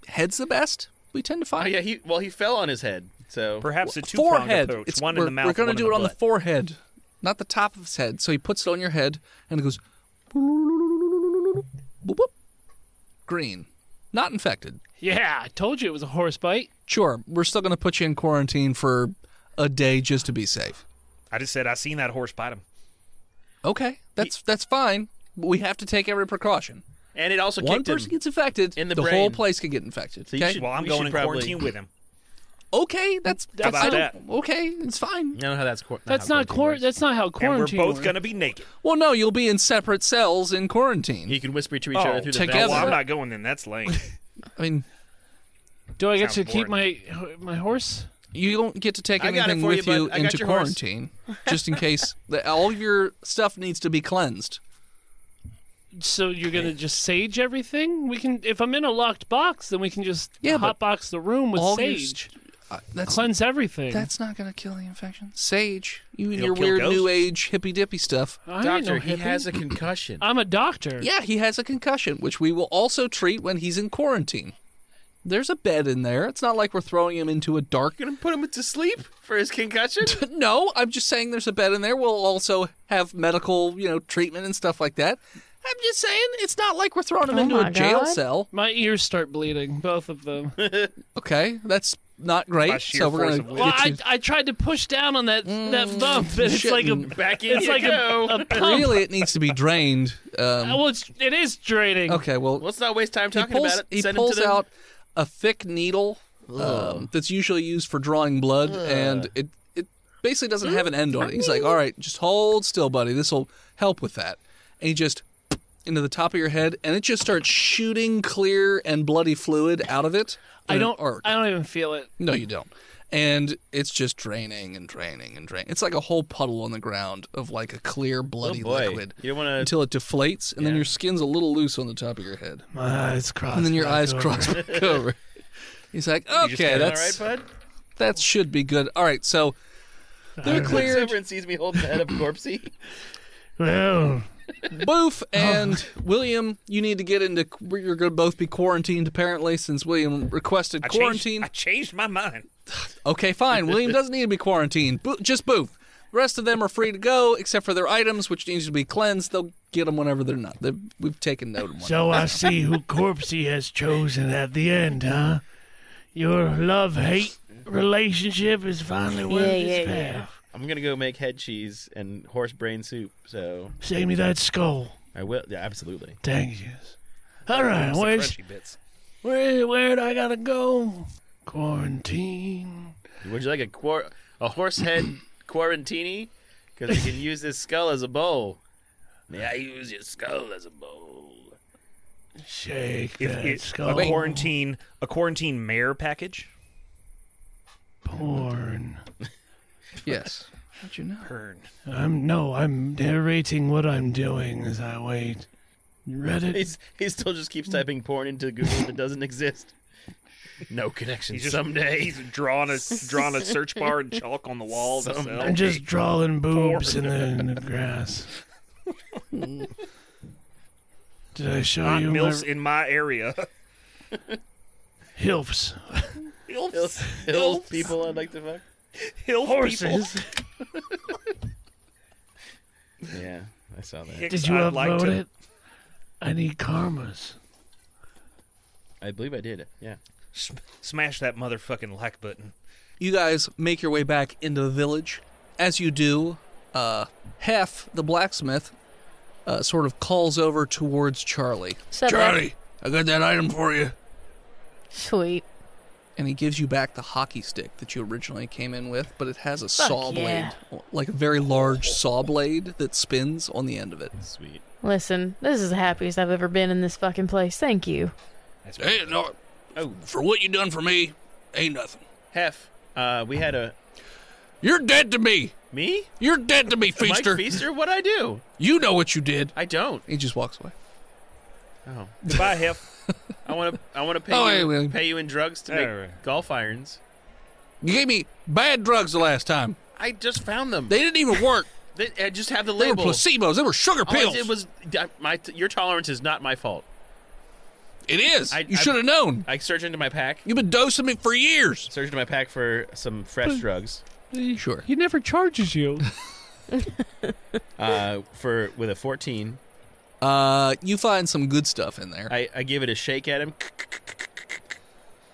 Speaker 3: Head's the best. We tend to
Speaker 6: Oh
Speaker 3: find.
Speaker 6: yeah, he well he fell on his head. So
Speaker 2: Perhaps a two-pronged
Speaker 3: forehead.
Speaker 2: approach.
Speaker 3: It's-
Speaker 2: one
Speaker 3: we're,
Speaker 2: in the mouth.
Speaker 3: We're gonna
Speaker 2: one
Speaker 3: do it
Speaker 2: in the
Speaker 3: on the
Speaker 2: butt.
Speaker 3: forehead, not the top of his head. So he puts it on your head, and it goes. boop, boop. Green, not infected.
Speaker 7: Yeah, I told you it was a horse bite.
Speaker 3: Sure, we're still gonna put you in quarantine for a day just to be safe.
Speaker 2: I just said I seen that horse bite him.
Speaker 3: Okay, that's that's fine. But we have to take every precaution.
Speaker 6: and it also
Speaker 3: One
Speaker 6: kicked him.
Speaker 3: person gets infected,
Speaker 6: in the
Speaker 3: whole
Speaker 6: brain.
Speaker 3: place could get infected.
Speaker 6: you
Speaker 3: okay,
Speaker 6: should-
Speaker 2: Well, I'm
Speaker 6: We
Speaker 2: going in
Speaker 6: probably-
Speaker 2: quarantine with him.
Speaker 3: okay, that's, that's
Speaker 2: about
Speaker 3: I
Speaker 2: that?
Speaker 3: don't- okay, it's fine.
Speaker 6: I don't know how that's quar-
Speaker 7: That's
Speaker 6: how
Speaker 7: not quar-
Speaker 6: quarantine works.
Speaker 7: That's not how
Speaker 2: And we're
Speaker 7: quarantine.
Speaker 2: both
Speaker 7: works.
Speaker 2: going to be naked.
Speaker 3: Well, no, you'll be in separate cells in quarantine.
Speaker 6: You can whisper to each
Speaker 2: Oh,
Speaker 6: other through the
Speaker 3: together.
Speaker 2: Well,
Speaker 6: vents.
Speaker 2: I'm not going then. That's lame.
Speaker 3: I mean,
Speaker 7: Do I get to
Speaker 2: Sounds
Speaker 7: keep my my horse?
Speaker 3: you don't get to take
Speaker 6: I got it
Speaker 3: anything
Speaker 6: for you,
Speaker 3: with you
Speaker 6: bud. I got
Speaker 3: into
Speaker 6: your horse.
Speaker 3: quarantine, just in case that all your stuff needs to be cleansed.
Speaker 7: So you're gonna just sage everything? We can. If I'm in a locked box, then we can just
Speaker 3: Yeah, but
Speaker 7: hot box the room with
Speaker 3: all your
Speaker 7: sage,
Speaker 3: Uh, that's
Speaker 7: cleanse everything.
Speaker 3: that's not gonna kill the infection. Sage, you and
Speaker 2: It'll
Speaker 3: your
Speaker 2: kill
Speaker 3: weird
Speaker 2: ghosts.
Speaker 3: new age hippy dippy stuff.
Speaker 7: I ain't
Speaker 6: Doctor,
Speaker 7: no
Speaker 6: he
Speaker 7: hippie.
Speaker 6: has a concussion.
Speaker 7: I'm a doctor.
Speaker 3: Yeah, he has a concussion, which we will also treat when he's in quarantine. There's a bed in there. It's not like we're throwing him into a dark.
Speaker 6: You're gonna put him to sleep for his concussion?
Speaker 3: No, I'm just saying there's a bed in there. We'll also have medical, you know, treatment and stuff like that. I'm just saying it's not like we're throwing him
Speaker 4: Oh
Speaker 3: into a
Speaker 4: my
Speaker 3: jail
Speaker 4: God.
Speaker 3: cell.
Speaker 7: My ears start bleeding, both of them. well,
Speaker 3: Okay, that's not great.
Speaker 2: By sheer
Speaker 3: so we're
Speaker 2: force
Speaker 3: gonna
Speaker 2: of will.
Speaker 3: get
Speaker 7: I,
Speaker 3: you-
Speaker 7: I tried to push down on that that bump, and it's like a
Speaker 3: shouldn't.
Speaker 6: Back in
Speaker 7: it's
Speaker 6: you
Speaker 7: like a,
Speaker 6: go.
Speaker 7: a pump.
Speaker 3: really it needs to be drained. Um,
Speaker 7: Well, it's, it is draining.
Speaker 3: okay, well
Speaker 6: Let's not waste time
Speaker 3: he
Speaker 6: talking
Speaker 3: pulls
Speaker 6: about it.
Speaker 3: he
Speaker 6: Send
Speaker 3: pulls
Speaker 6: him to the-
Speaker 3: out a thick needle um, that's usually used for drawing blood, and it it basically doesn't have an end on it. He's like, "All right, just hold still, buddy. This will help with that." And he just into the top of your head, and it just starts shooting clear and bloody fluid out of it.
Speaker 7: I
Speaker 3: in an
Speaker 7: don't.
Speaker 3: arc.
Speaker 7: I don't even feel it.
Speaker 3: No, you don't. And it's just draining and draining and draining. It's like a whole puddle on the ground of like a clear bloody
Speaker 6: Oh, boy.
Speaker 3: liquid
Speaker 6: You don't want to.
Speaker 3: until it deflates, and then your skin's a little loose on the top of your head
Speaker 8: My eyes Ah, crossed.
Speaker 3: and then your
Speaker 8: back
Speaker 3: eyes
Speaker 8: over.
Speaker 3: cross back over. He's like,
Speaker 2: just
Speaker 3: okay,
Speaker 2: got it,
Speaker 6: All
Speaker 3: that's
Speaker 6: right, bud.
Speaker 3: that should be good. All right, so they're
Speaker 6: Looks
Speaker 3: cleared.
Speaker 6: over and sees me holding the head of a corpsey.
Speaker 8: Well,
Speaker 3: Boof
Speaker 6: Oh.
Speaker 3: and William, you need to get into. You're going to both be quarantined apparently, since William requested
Speaker 2: I changed-
Speaker 3: quarantine.
Speaker 2: I changed my mind.
Speaker 3: Okay, fine. William doesn't need to be quarantined. Bo- just Boof. The rest of them are free to go, except for their items, which needs to be cleansed. They'll get them whenever they're not. They've, we've taken note of one.
Speaker 8: so I see who corpse he has chosen at the end, huh? Your love hate relationship is finally worth
Speaker 4: Yeah,
Speaker 8: its
Speaker 4: yeah, yeah.
Speaker 8: path.
Speaker 6: I'm gonna go make head cheese and horse brain soup. So
Speaker 8: Save me that skull.
Speaker 6: I will. Yeah, absolutely.
Speaker 8: Dang yous. All right, where's,
Speaker 2: Crunchy bits.
Speaker 8: where where'd I gotta go? Quarantine.
Speaker 6: Would you like a quar- a horse head quarantini? Because I can use this skull as a bowl. May I use your skull as a bowl?
Speaker 8: Shake
Speaker 2: If
Speaker 8: that
Speaker 2: it-
Speaker 8: skull.
Speaker 2: a quarantine, a quarantine mare package.
Speaker 8: Porn.
Speaker 3: Yes. How'd you know?
Speaker 2: Burn.
Speaker 8: I'm no, I'm narrating what I'm doing as I wait. You read it?
Speaker 6: He's, he still just keeps typing porn into Google that doesn't exist. No connection.
Speaker 2: He's just-
Speaker 6: Someday.
Speaker 2: He's drawn a drawn a search bar and chalk on the wall. of his
Speaker 6: Someday.
Speaker 2: cell.
Speaker 8: I'm just drawing boobs in the, in the grass. Did I show
Speaker 2: not
Speaker 8: you
Speaker 2: milfs
Speaker 8: my
Speaker 2: in my area.
Speaker 8: hilfs?
Speaker 6: Hills, hills people I'd like to fuck.
Speaker 2: Hill people.
Speaker 7: Horses.
Speaker 6: Yeah, I saw that.
Speaker 2: Hicks,
Speaker 8: Did you upload
Speaker 2: I'd like to,
Speaker 8: it? I need karmas.
Speaker 6: I believe I did. Yeah.
Speaker 2: Sm- smash that motherfucking like button.
Speaker 3: You guys make your way back into the village. As you do, uh, Hef, the blacksmith, uh, sort of calls over towards Charlie.
Speaker 4: Sup, Ed?
Speaker 3: Charlie, I got that item for you.
Speaker 4: Sweet.
Speaker 3: And he gives you back the hockey stick that you originally came in with, but it has a saw
Speaker 4: yeah.
Speaker 3: blade, like a very large saw blade that spins on the end of it.
Speaker 6: Sweet.
Speaker 4: Listen, this is the happiest I've ever been in this fucking place. Thank you.
Speaker 2: That's
Speaker 1: Hey, no,
Speaker 6: Oh,
Speaker 1: for what you done for me, ain't nothing.
Speaker 6: Hef. Uh, we had a
Speaker 1: You're dead to me.
Speaker 6: me
Speaker 1: You're dead to me, Feaster.
Speaker 6: Mike Feaster. What I do?
Speaker 1: you know what you did.
Speaker 6: I don't.
Speaker 3: He just walks away.
Speaker 6: Oh,
Speaker 2: Goodbye, Hef.
Speaker 6: I want to. I want to pay
Speaker 1: Oh,
Speaker 6: you
Speaker 1: wait, wait.
Speaker 6: pay you in drugs to make
Speaker 2: Alright.
Speaker 6: golf irons.
Speaker 1: You gave me bad drugs the last time.
Speaker 6: I just found them.
Speaker 1: They didn't even work.
Speaker 6: They- I just have the
Speaker 1: They were
Speaker 6: label.
Speaker 1: placebos. They were sugar
Speaker 6: All I
Speaker 1: pills.
Speaker 6: did was I- my your tolerance is not my fault.
Speaker 1: it is.
Speaker 6: I-
Speaker 1: you
Speaker 6: I-
Speaker 1: should have known.
Speaker 6: I searched into my pack.
Speaker 1: You've been dosing me for years.
Speaker 6: Searched into my pack for some fresh drugs.
Speaker 3: Sure.
Speaker 7: He never charges you.
Speaker 6: Uh, for with a fourteen,
Speaker 3: Uh, you find some good stuff in there.
Speaker 6: I, I give it a shake at him.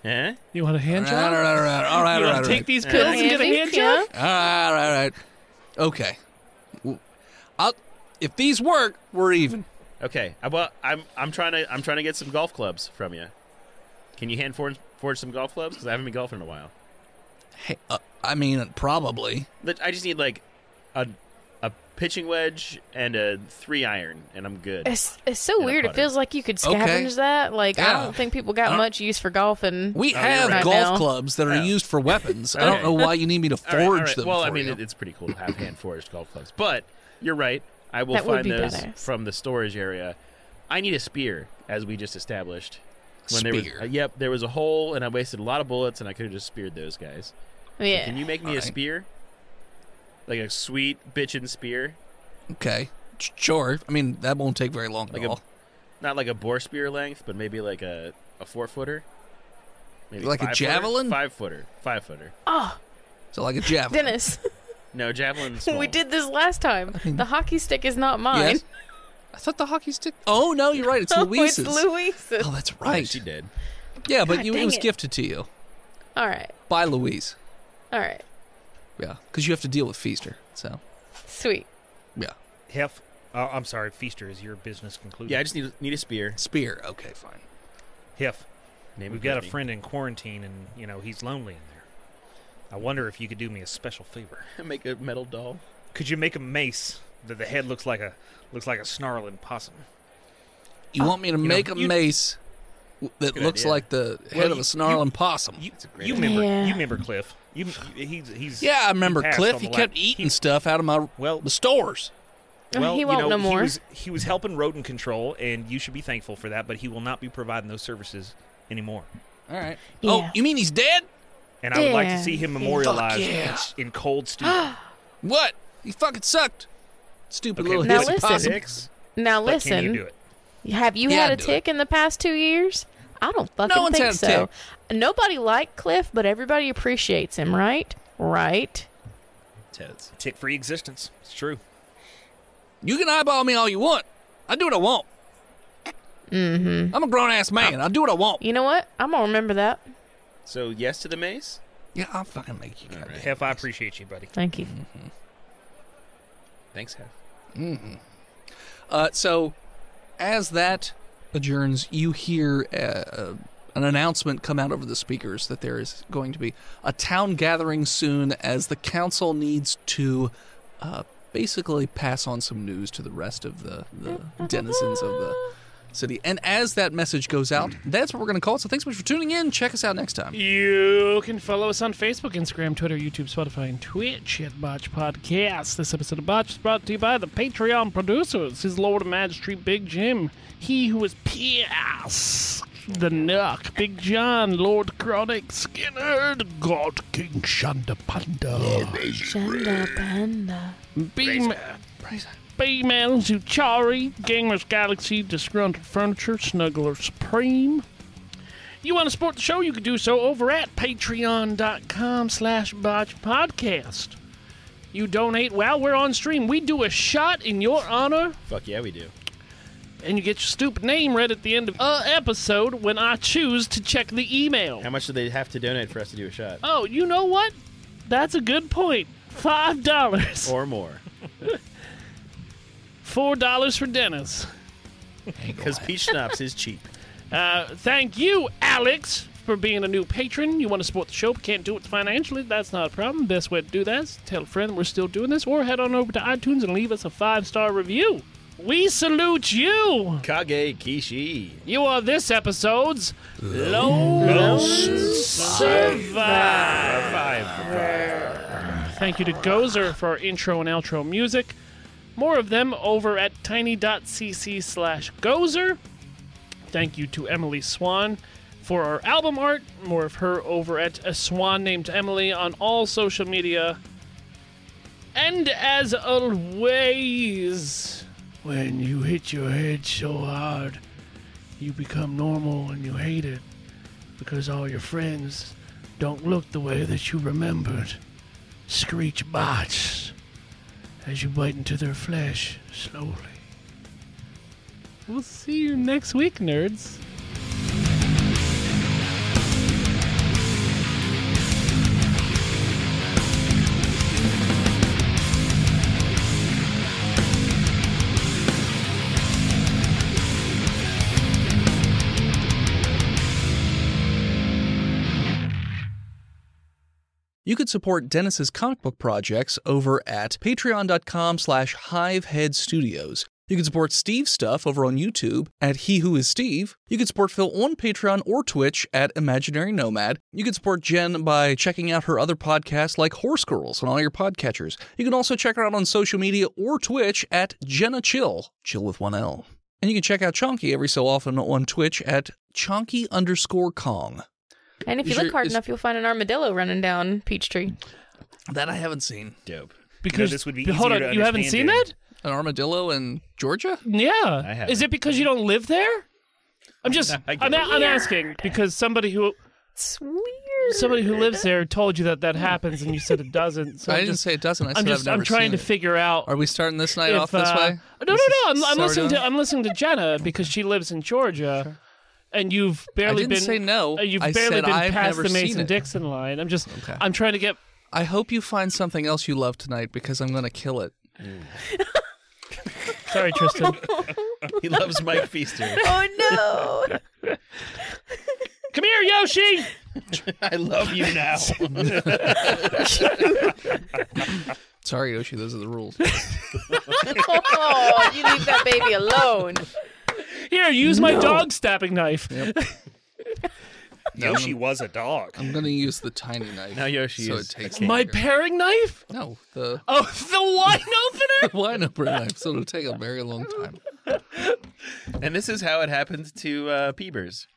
Speaker 6: Eh?
Speaker 7: You want a
Speaker 3: All
Speaker 7: hand
Speaker 3: right,
Speaker 7: job?
Speaker 3: all right, all right, all right, all
Speaker 7: You
Speaker 3: right, all
Speaker 7: want to
Speaker 3: right.
Speaker 7: take these pills and get a
Speaker 4: Andy?
Speaker 7: hand
Speaker 4: Yeah.
Speaker 7: job?
Speaker 3: All right, all right, all right. Okay. W- I'll, if these work, we're even.
Speaker 6: Okay. I, well, I'm I'm trying to I'm trying to get some golf clubs from you. Can you hand forge, forge some golf clubs? Because I haven't been golfing in a while.
Speaker 3: Hey, uh, I mean, probably.
Speaker 6: But I just need like a a pitching wedge and a three iron, and I'm good.
Speaker 4: It's it's so
Speaker 6: And a
Speaker 4: weird. It
Speaker 6: putter.
Speaker 4: feels like you could
Speaker 3: Okay.
Speaker 4: scavenge that. Like
Speaker 3: Yeah.
Speaker 4: I don't think people got much use for golfing.
Speaker 3: We
Speaker 6: Oh,
Speaker 3: have
Speaker 6: you're right.
Speaker 3: golf
Speaker 4: Right now.
Speaker 3: clubs that are
Speaker 6: Yeah.
Speaker 3: used for weapons. I don't
Speaker 6: Okay.
Speaker 3: know why you need me to forge
Speaker 6: All right, all right.
Speaker 3: them.
Speaker 6: Well, I
Speaker 3: for
Speaker 6: mean,
Speaker 3: you.
Speaker 6: it, it's pretty cool to have hand forged golf clubs. But you're right. I will
Speaker 4: That would
Speaker 6: find
Speaker 4: be
Speaker 6: those
Speaker 4: badass.
Speaker 6: from the storage area. I need a spear, as we just established. There
Speaker 3: Spear.
Speaker 6: was, uh, yep, there was a hole, and I wasted a lot of bullets, and I could have just speared those guys.
Speaker 4: yeah.
Speaker 6: Can you make me a
Speaker 3: Alright.
Speaker 6: spear? Like a sweet bitchin' spear?
Speaker 3: okay, Sh- sure. I mean, that won't take very long
Speaker 6: Like
Speaker 3: at
Speaker 6: a-
Speaker 3: all.
Speaker 6: Not like a boar spear length, but maybe like a, a four footer? Maybe
Speaker 3: Like a
Speaker 6: five-footer?
Speaker 3: javelin?
Speaker 6: Five footer. Five footer.
Speaker 4: oh,
Speaker 3: So, like a javelin.
Speaker 4: Dennis,
Speaker 6: No, javelin.
Speaker 4: we did this last time. The hockey stick is not mine.
Speaker 3: Yes. I thought the hockey stick. Oh no, you're right. It's
Speaker 4: Oh,
Speaker 3: Louise's.
Speaker 4: it's Louise's.
Speaker 3: Oh, that's
Speaker 6: Right.
Speaker 3: right.
Speaker 6: she did.
Speaker 3: Yeah, but
Speaker 4: God
Speaker 3: you, it
Speaker 4: dang
Speaker 3: was
Speaker 4: it.
Speaker 3: gifted to you
Speaker 4: All right.
Speaker 3: by Louise.
Speaker 4: All right.
Speaker 3: Yeah, because you have to deal with Feaster. So
Speaker 4: Sweet.
Speaker 3: yeah,
Speaker 2: Hef, uh, I'm sorry, Feaster is your business concluded.
Speaker 6: Yeah, I just need need a spear.
Speaker 3: spear. Okay, fine.
Speaker 2: Hef,
Speaker 6: Name
Speaker 2: we've
Speaker 6: it
Speaker 2: got a
Speaker 6: Disney.
Speaker 2: friend in quarantine, and you know he's lonely in there. I wonder if you could do me a special favor.
Speaker 6: Make a metal doll.
Speaker 2: Could you make a mace that the head looks like a looks like a snarling possum?
Speaker 3: You want me to
Speaker 2: know,
Speaker 3: make a
Speaker 2: you-
Speaker 3: mace w- that
Speaker 6: Good
Speaker 3: looks
Speaker 6: idea.
Speaker 3: like the head
Speaker 2: Well,
Speaker 3: of
Speaker 2: you-
Speaker 3: a snarling possum?
Speaker 2: You,
Speaker 6: a great
Speaker 2: you
Speaker 6: idea.
Speaker 2: remember?
Speaker 4: Yeah.
Speaker 2: You remember Cliff? You, you- he's he's
Speaker 3: yeah, I remember
Speaker 2: passed
Speaker 3: Cliff.
Speaker 2: on
Speaker 3: He
Speaker 2: the
Speaker 3: kept
Speaker 2: lab.
Speaker 3: eating
Speaker 2: He-
Speaker 3: stuff out of my
Speaker 2: well.
Speaker 3: the stores.
Speaker 2: Well,
Speaker 4: he
Speaker 2: you
Speaker 4: won't
Speaker 2: know,
Speaker 4: no
Speaker 2: He
Speaker 4: more.
Speaker 2: was, he was helping rodent control, and you should be thankful for that. But he will not be providing those services anymore.
Speaker 3: All right. Oh,
Speaker 4: Yeah.
Speaker 3: you mean he's dead?
Speaker 2: And I would like to
Speaker 4: Yeah.
Speaker 2: see him
Speaker 4: Fuck
Speaker 2: memorialized
Speaker 3: yeah.
Speaker 2: in, in cold steel.
Speaker 3: What? He fucking sucked. Stupid
Speaker 2: Okay,
Speaker 3: little
Speaker 2: well,
Speaker 4: Now
Speaker 3: hissy
Speaker 4: listen.
Speaker 3: possum.
Speaker 6: Six.
Speaker 4: Now
Speaker 2: but can you do
Speaker 4: listen,
Speaker 2: it?
Speaker 4: have you
Speaker 3: Yeah,
Speaker 4: had a
Speaker 3: do
Speaker 4: tick in the past two years? I don't fucking
Speaker 3: one's
Speaker 4: think
Speaker 3: had a
Speaker 4: so. Nobody liked Cliff, but everybody appreciates him, right? Right.
Speaker 6: Teds.
Speaker 2: Tick free existence. It's true.
Speaker 3: You can eyeball me all you want. I do what I want. Mm-hmm. I'm a grown ass man. I do what I want.
Speaker 4: You know what? I'm gonna remember that.
Speaker 6: So yes to the mace.
Speaker 3: Yeah, I'll fucking make you. goddamn.
Speaker 2: Hef, I appreciate you, buddy.
Speaker 4: Thank you.
Speaker 6: Thanks, Hef.
Speaker 3: Uh, so, as that adjourns, you hear uh, an announcement come out over the speakers that there is going to be a town gathering soon as the council needs to uh, basically pass on some news to the rest of the, the denizens of the city. And as that message goes out, that's what we're going to call it. So, thanks so much for tuning in. Check us out next time.
Speaker 7: You can follow us on Facebook, Instagram, Twitter, YouTube, Spotify, and Twitch at Botch Podcast. This episode of Botch is brought to you by the Patreon producers, his Lord of Majesty Big Jim, he who is Pierce, the Nook, Big John, Lord Chronic, Skinner, God King Shandapanda,
Speaker 4: Shanda Panda.
Speaker 7: Beam, Beamel, Zuchari, Gamers Galaxy, Disgruntled Furniture, Snuggler Supreme, you want to support the show, you can do so over at patreon.com slash botch podcast. You donate while we're on stream. We do a shot in your honor,
Speaker 6: Fuck yeah, we do.
Speaker 7: and you get your stupid name read at the end of a episode when I choose to check the email.
Speaker 6: How much do they have to donate for us to do a shot
Speaker 7: Oh, you know what? That's a good point. Five dollars.
Speaker 6: or more?
Speaker 7: Four dollars for Dennis.
Speaker 6: Because peach schnapps is cheap.
Speaker 7: Uh, thank you, Alex, for being a new patron. You want to support the show but can't do it financially? That's not a problem. Best way to do that is tell a friend we're still doing this, or head on over to iTunes and leave us a five star review. We salute you.
Speaker 6: Kage Kishi.
Speaker 7: You are this episode's Lone Survivor. Thank you to Gozer for our intro and outro music. More of them over at tiny.cc slash Gozer. Thank you to Emily Swan for our album art. More of her over at A Swan Named Emily on all social media. And as always,
Speaker 8: When you hit your head so hard, you become normal and you hate it because all your friends don't look the way that you remembered. Screech bots as you bite into their flesh slowly.
Speaker 7: we'll see you next week, nerds.
Speaker 3: You could support Dennis's comic book projects over at patreon.com slash hivehead studios. You can support Steve's stuff over on YouTube at He Who Is Steve. You can support Phil on Patreon or Twitch at Imaginary Nomad. You can support Jen by checking out her other podcasts like Horse Girls on all your podcatchers. You can also check her out on social media or Twitch at Jenna Chill, chill with one L. And you can check out Chonky every so often on Twitch at Chonky underscore Kong.
Speaker 4: And if you
Speaker 3: Is your-
Speaker 4: look hard
Speaker 3: is-
Speaker 4: enough, you'll find an armadillo running down Peachtree.
Speaker 3: That I haven't seen.
Speaker 6: Dope.
Speaker 7: Because
Speaker 2: this would be
Speaker 7: hold on,
Speaker 2: easier to
Speaker 7: you haven't seen
Speaker 2: understand,
Speaker 7: that?
Speaker 3: An armadillo in Georgia?
Speaker 6: I
Speaker 7: Yeah.
Speaker 6: haven't.
Speaker 7: Is it because you don't live there? I'm just
Speaker 6: I get
Speaker 7: I'm,
Speaker 6: it.
Speaker 7: a- I'm asking because somebody who
Speaker 4: It's weird.
Speaker 7: somebody who lives there told you that that happens and you said it doesn't. So
Speaker 3: I
Speaker 7: I'm
Speaker 3: didn't
Speaker 7: just,
Speaker 3: say it doesn't. I said
Speaker 7: I'm just
Speaker 3: I've never
Speaker 7: I'm trying
Speaker 3: seen
Speaker 7: to
Speaker 3: it.
Speaker 7: figure out
Speaker 3: Are we starting this night
Speaker 7: if
Speaker 3: off this
Speaker 7: uh,
Speaker 3: way?
Speaker 7: No, no,
Speaker 3: This is
Speaker 7: no. I'm, I'm
Speaker 3: sourdough?
Speaker 7: listening to I'm listening to Jenna because she lives in Georgia. And you've
Speaker 3: I
Speaker 7: barely
Speaker 3: didn't
Speaker 7: been
Speaker 3: say no.
Speaker 7: uh, you've
Speaker 3: I
Speaker 7: barely
Speaker 3: said
Speaker 7: been
Speaker 3: I've
Speaker 7: past
Speaker 3: never
Speaker 7: the
Speaker 3: seen
Speaker 7: Mason
Speaker 3: it.
Speaker 7: Dixon line. I'm just
Speaker 3: Okay.
Speaker 7: I'm trying to get
Speaker 3: I hope you find something else you love tonight because I'm going to kill it.
Speaker 7: sorry, Tristan.
Speaker 6: He loves Mike Feaster.
Speaker 4: Oh no!
Speaker 7: Come here, Yoshi!
Speaker 6: I love you now.
Speaker 3: Sorry, Yoshi. Those are the rules.
Speaker 4: oh, you leave that baby alone.
Speaker 7: Here, use my dog stabbing knife.
Speaker 2: Yoshi was a dog.
Speaker 3: I'm going to use the tiny knife.
Speaker 6: Now Yoshi
Speaker 3: so
Speaker 6: is
Speaker 3: it takes
Speaker 6: a king.
Speaker 7: My
Speaker 3: longer.
Speaker 7: paring knife?
Speaker 3: no the
Speaker 7: Oh, the wine opener?
Speaker 3: wine opener knife. So it'll take a very long time.
Speaker 6: And this is how it happens to uh, Peebers.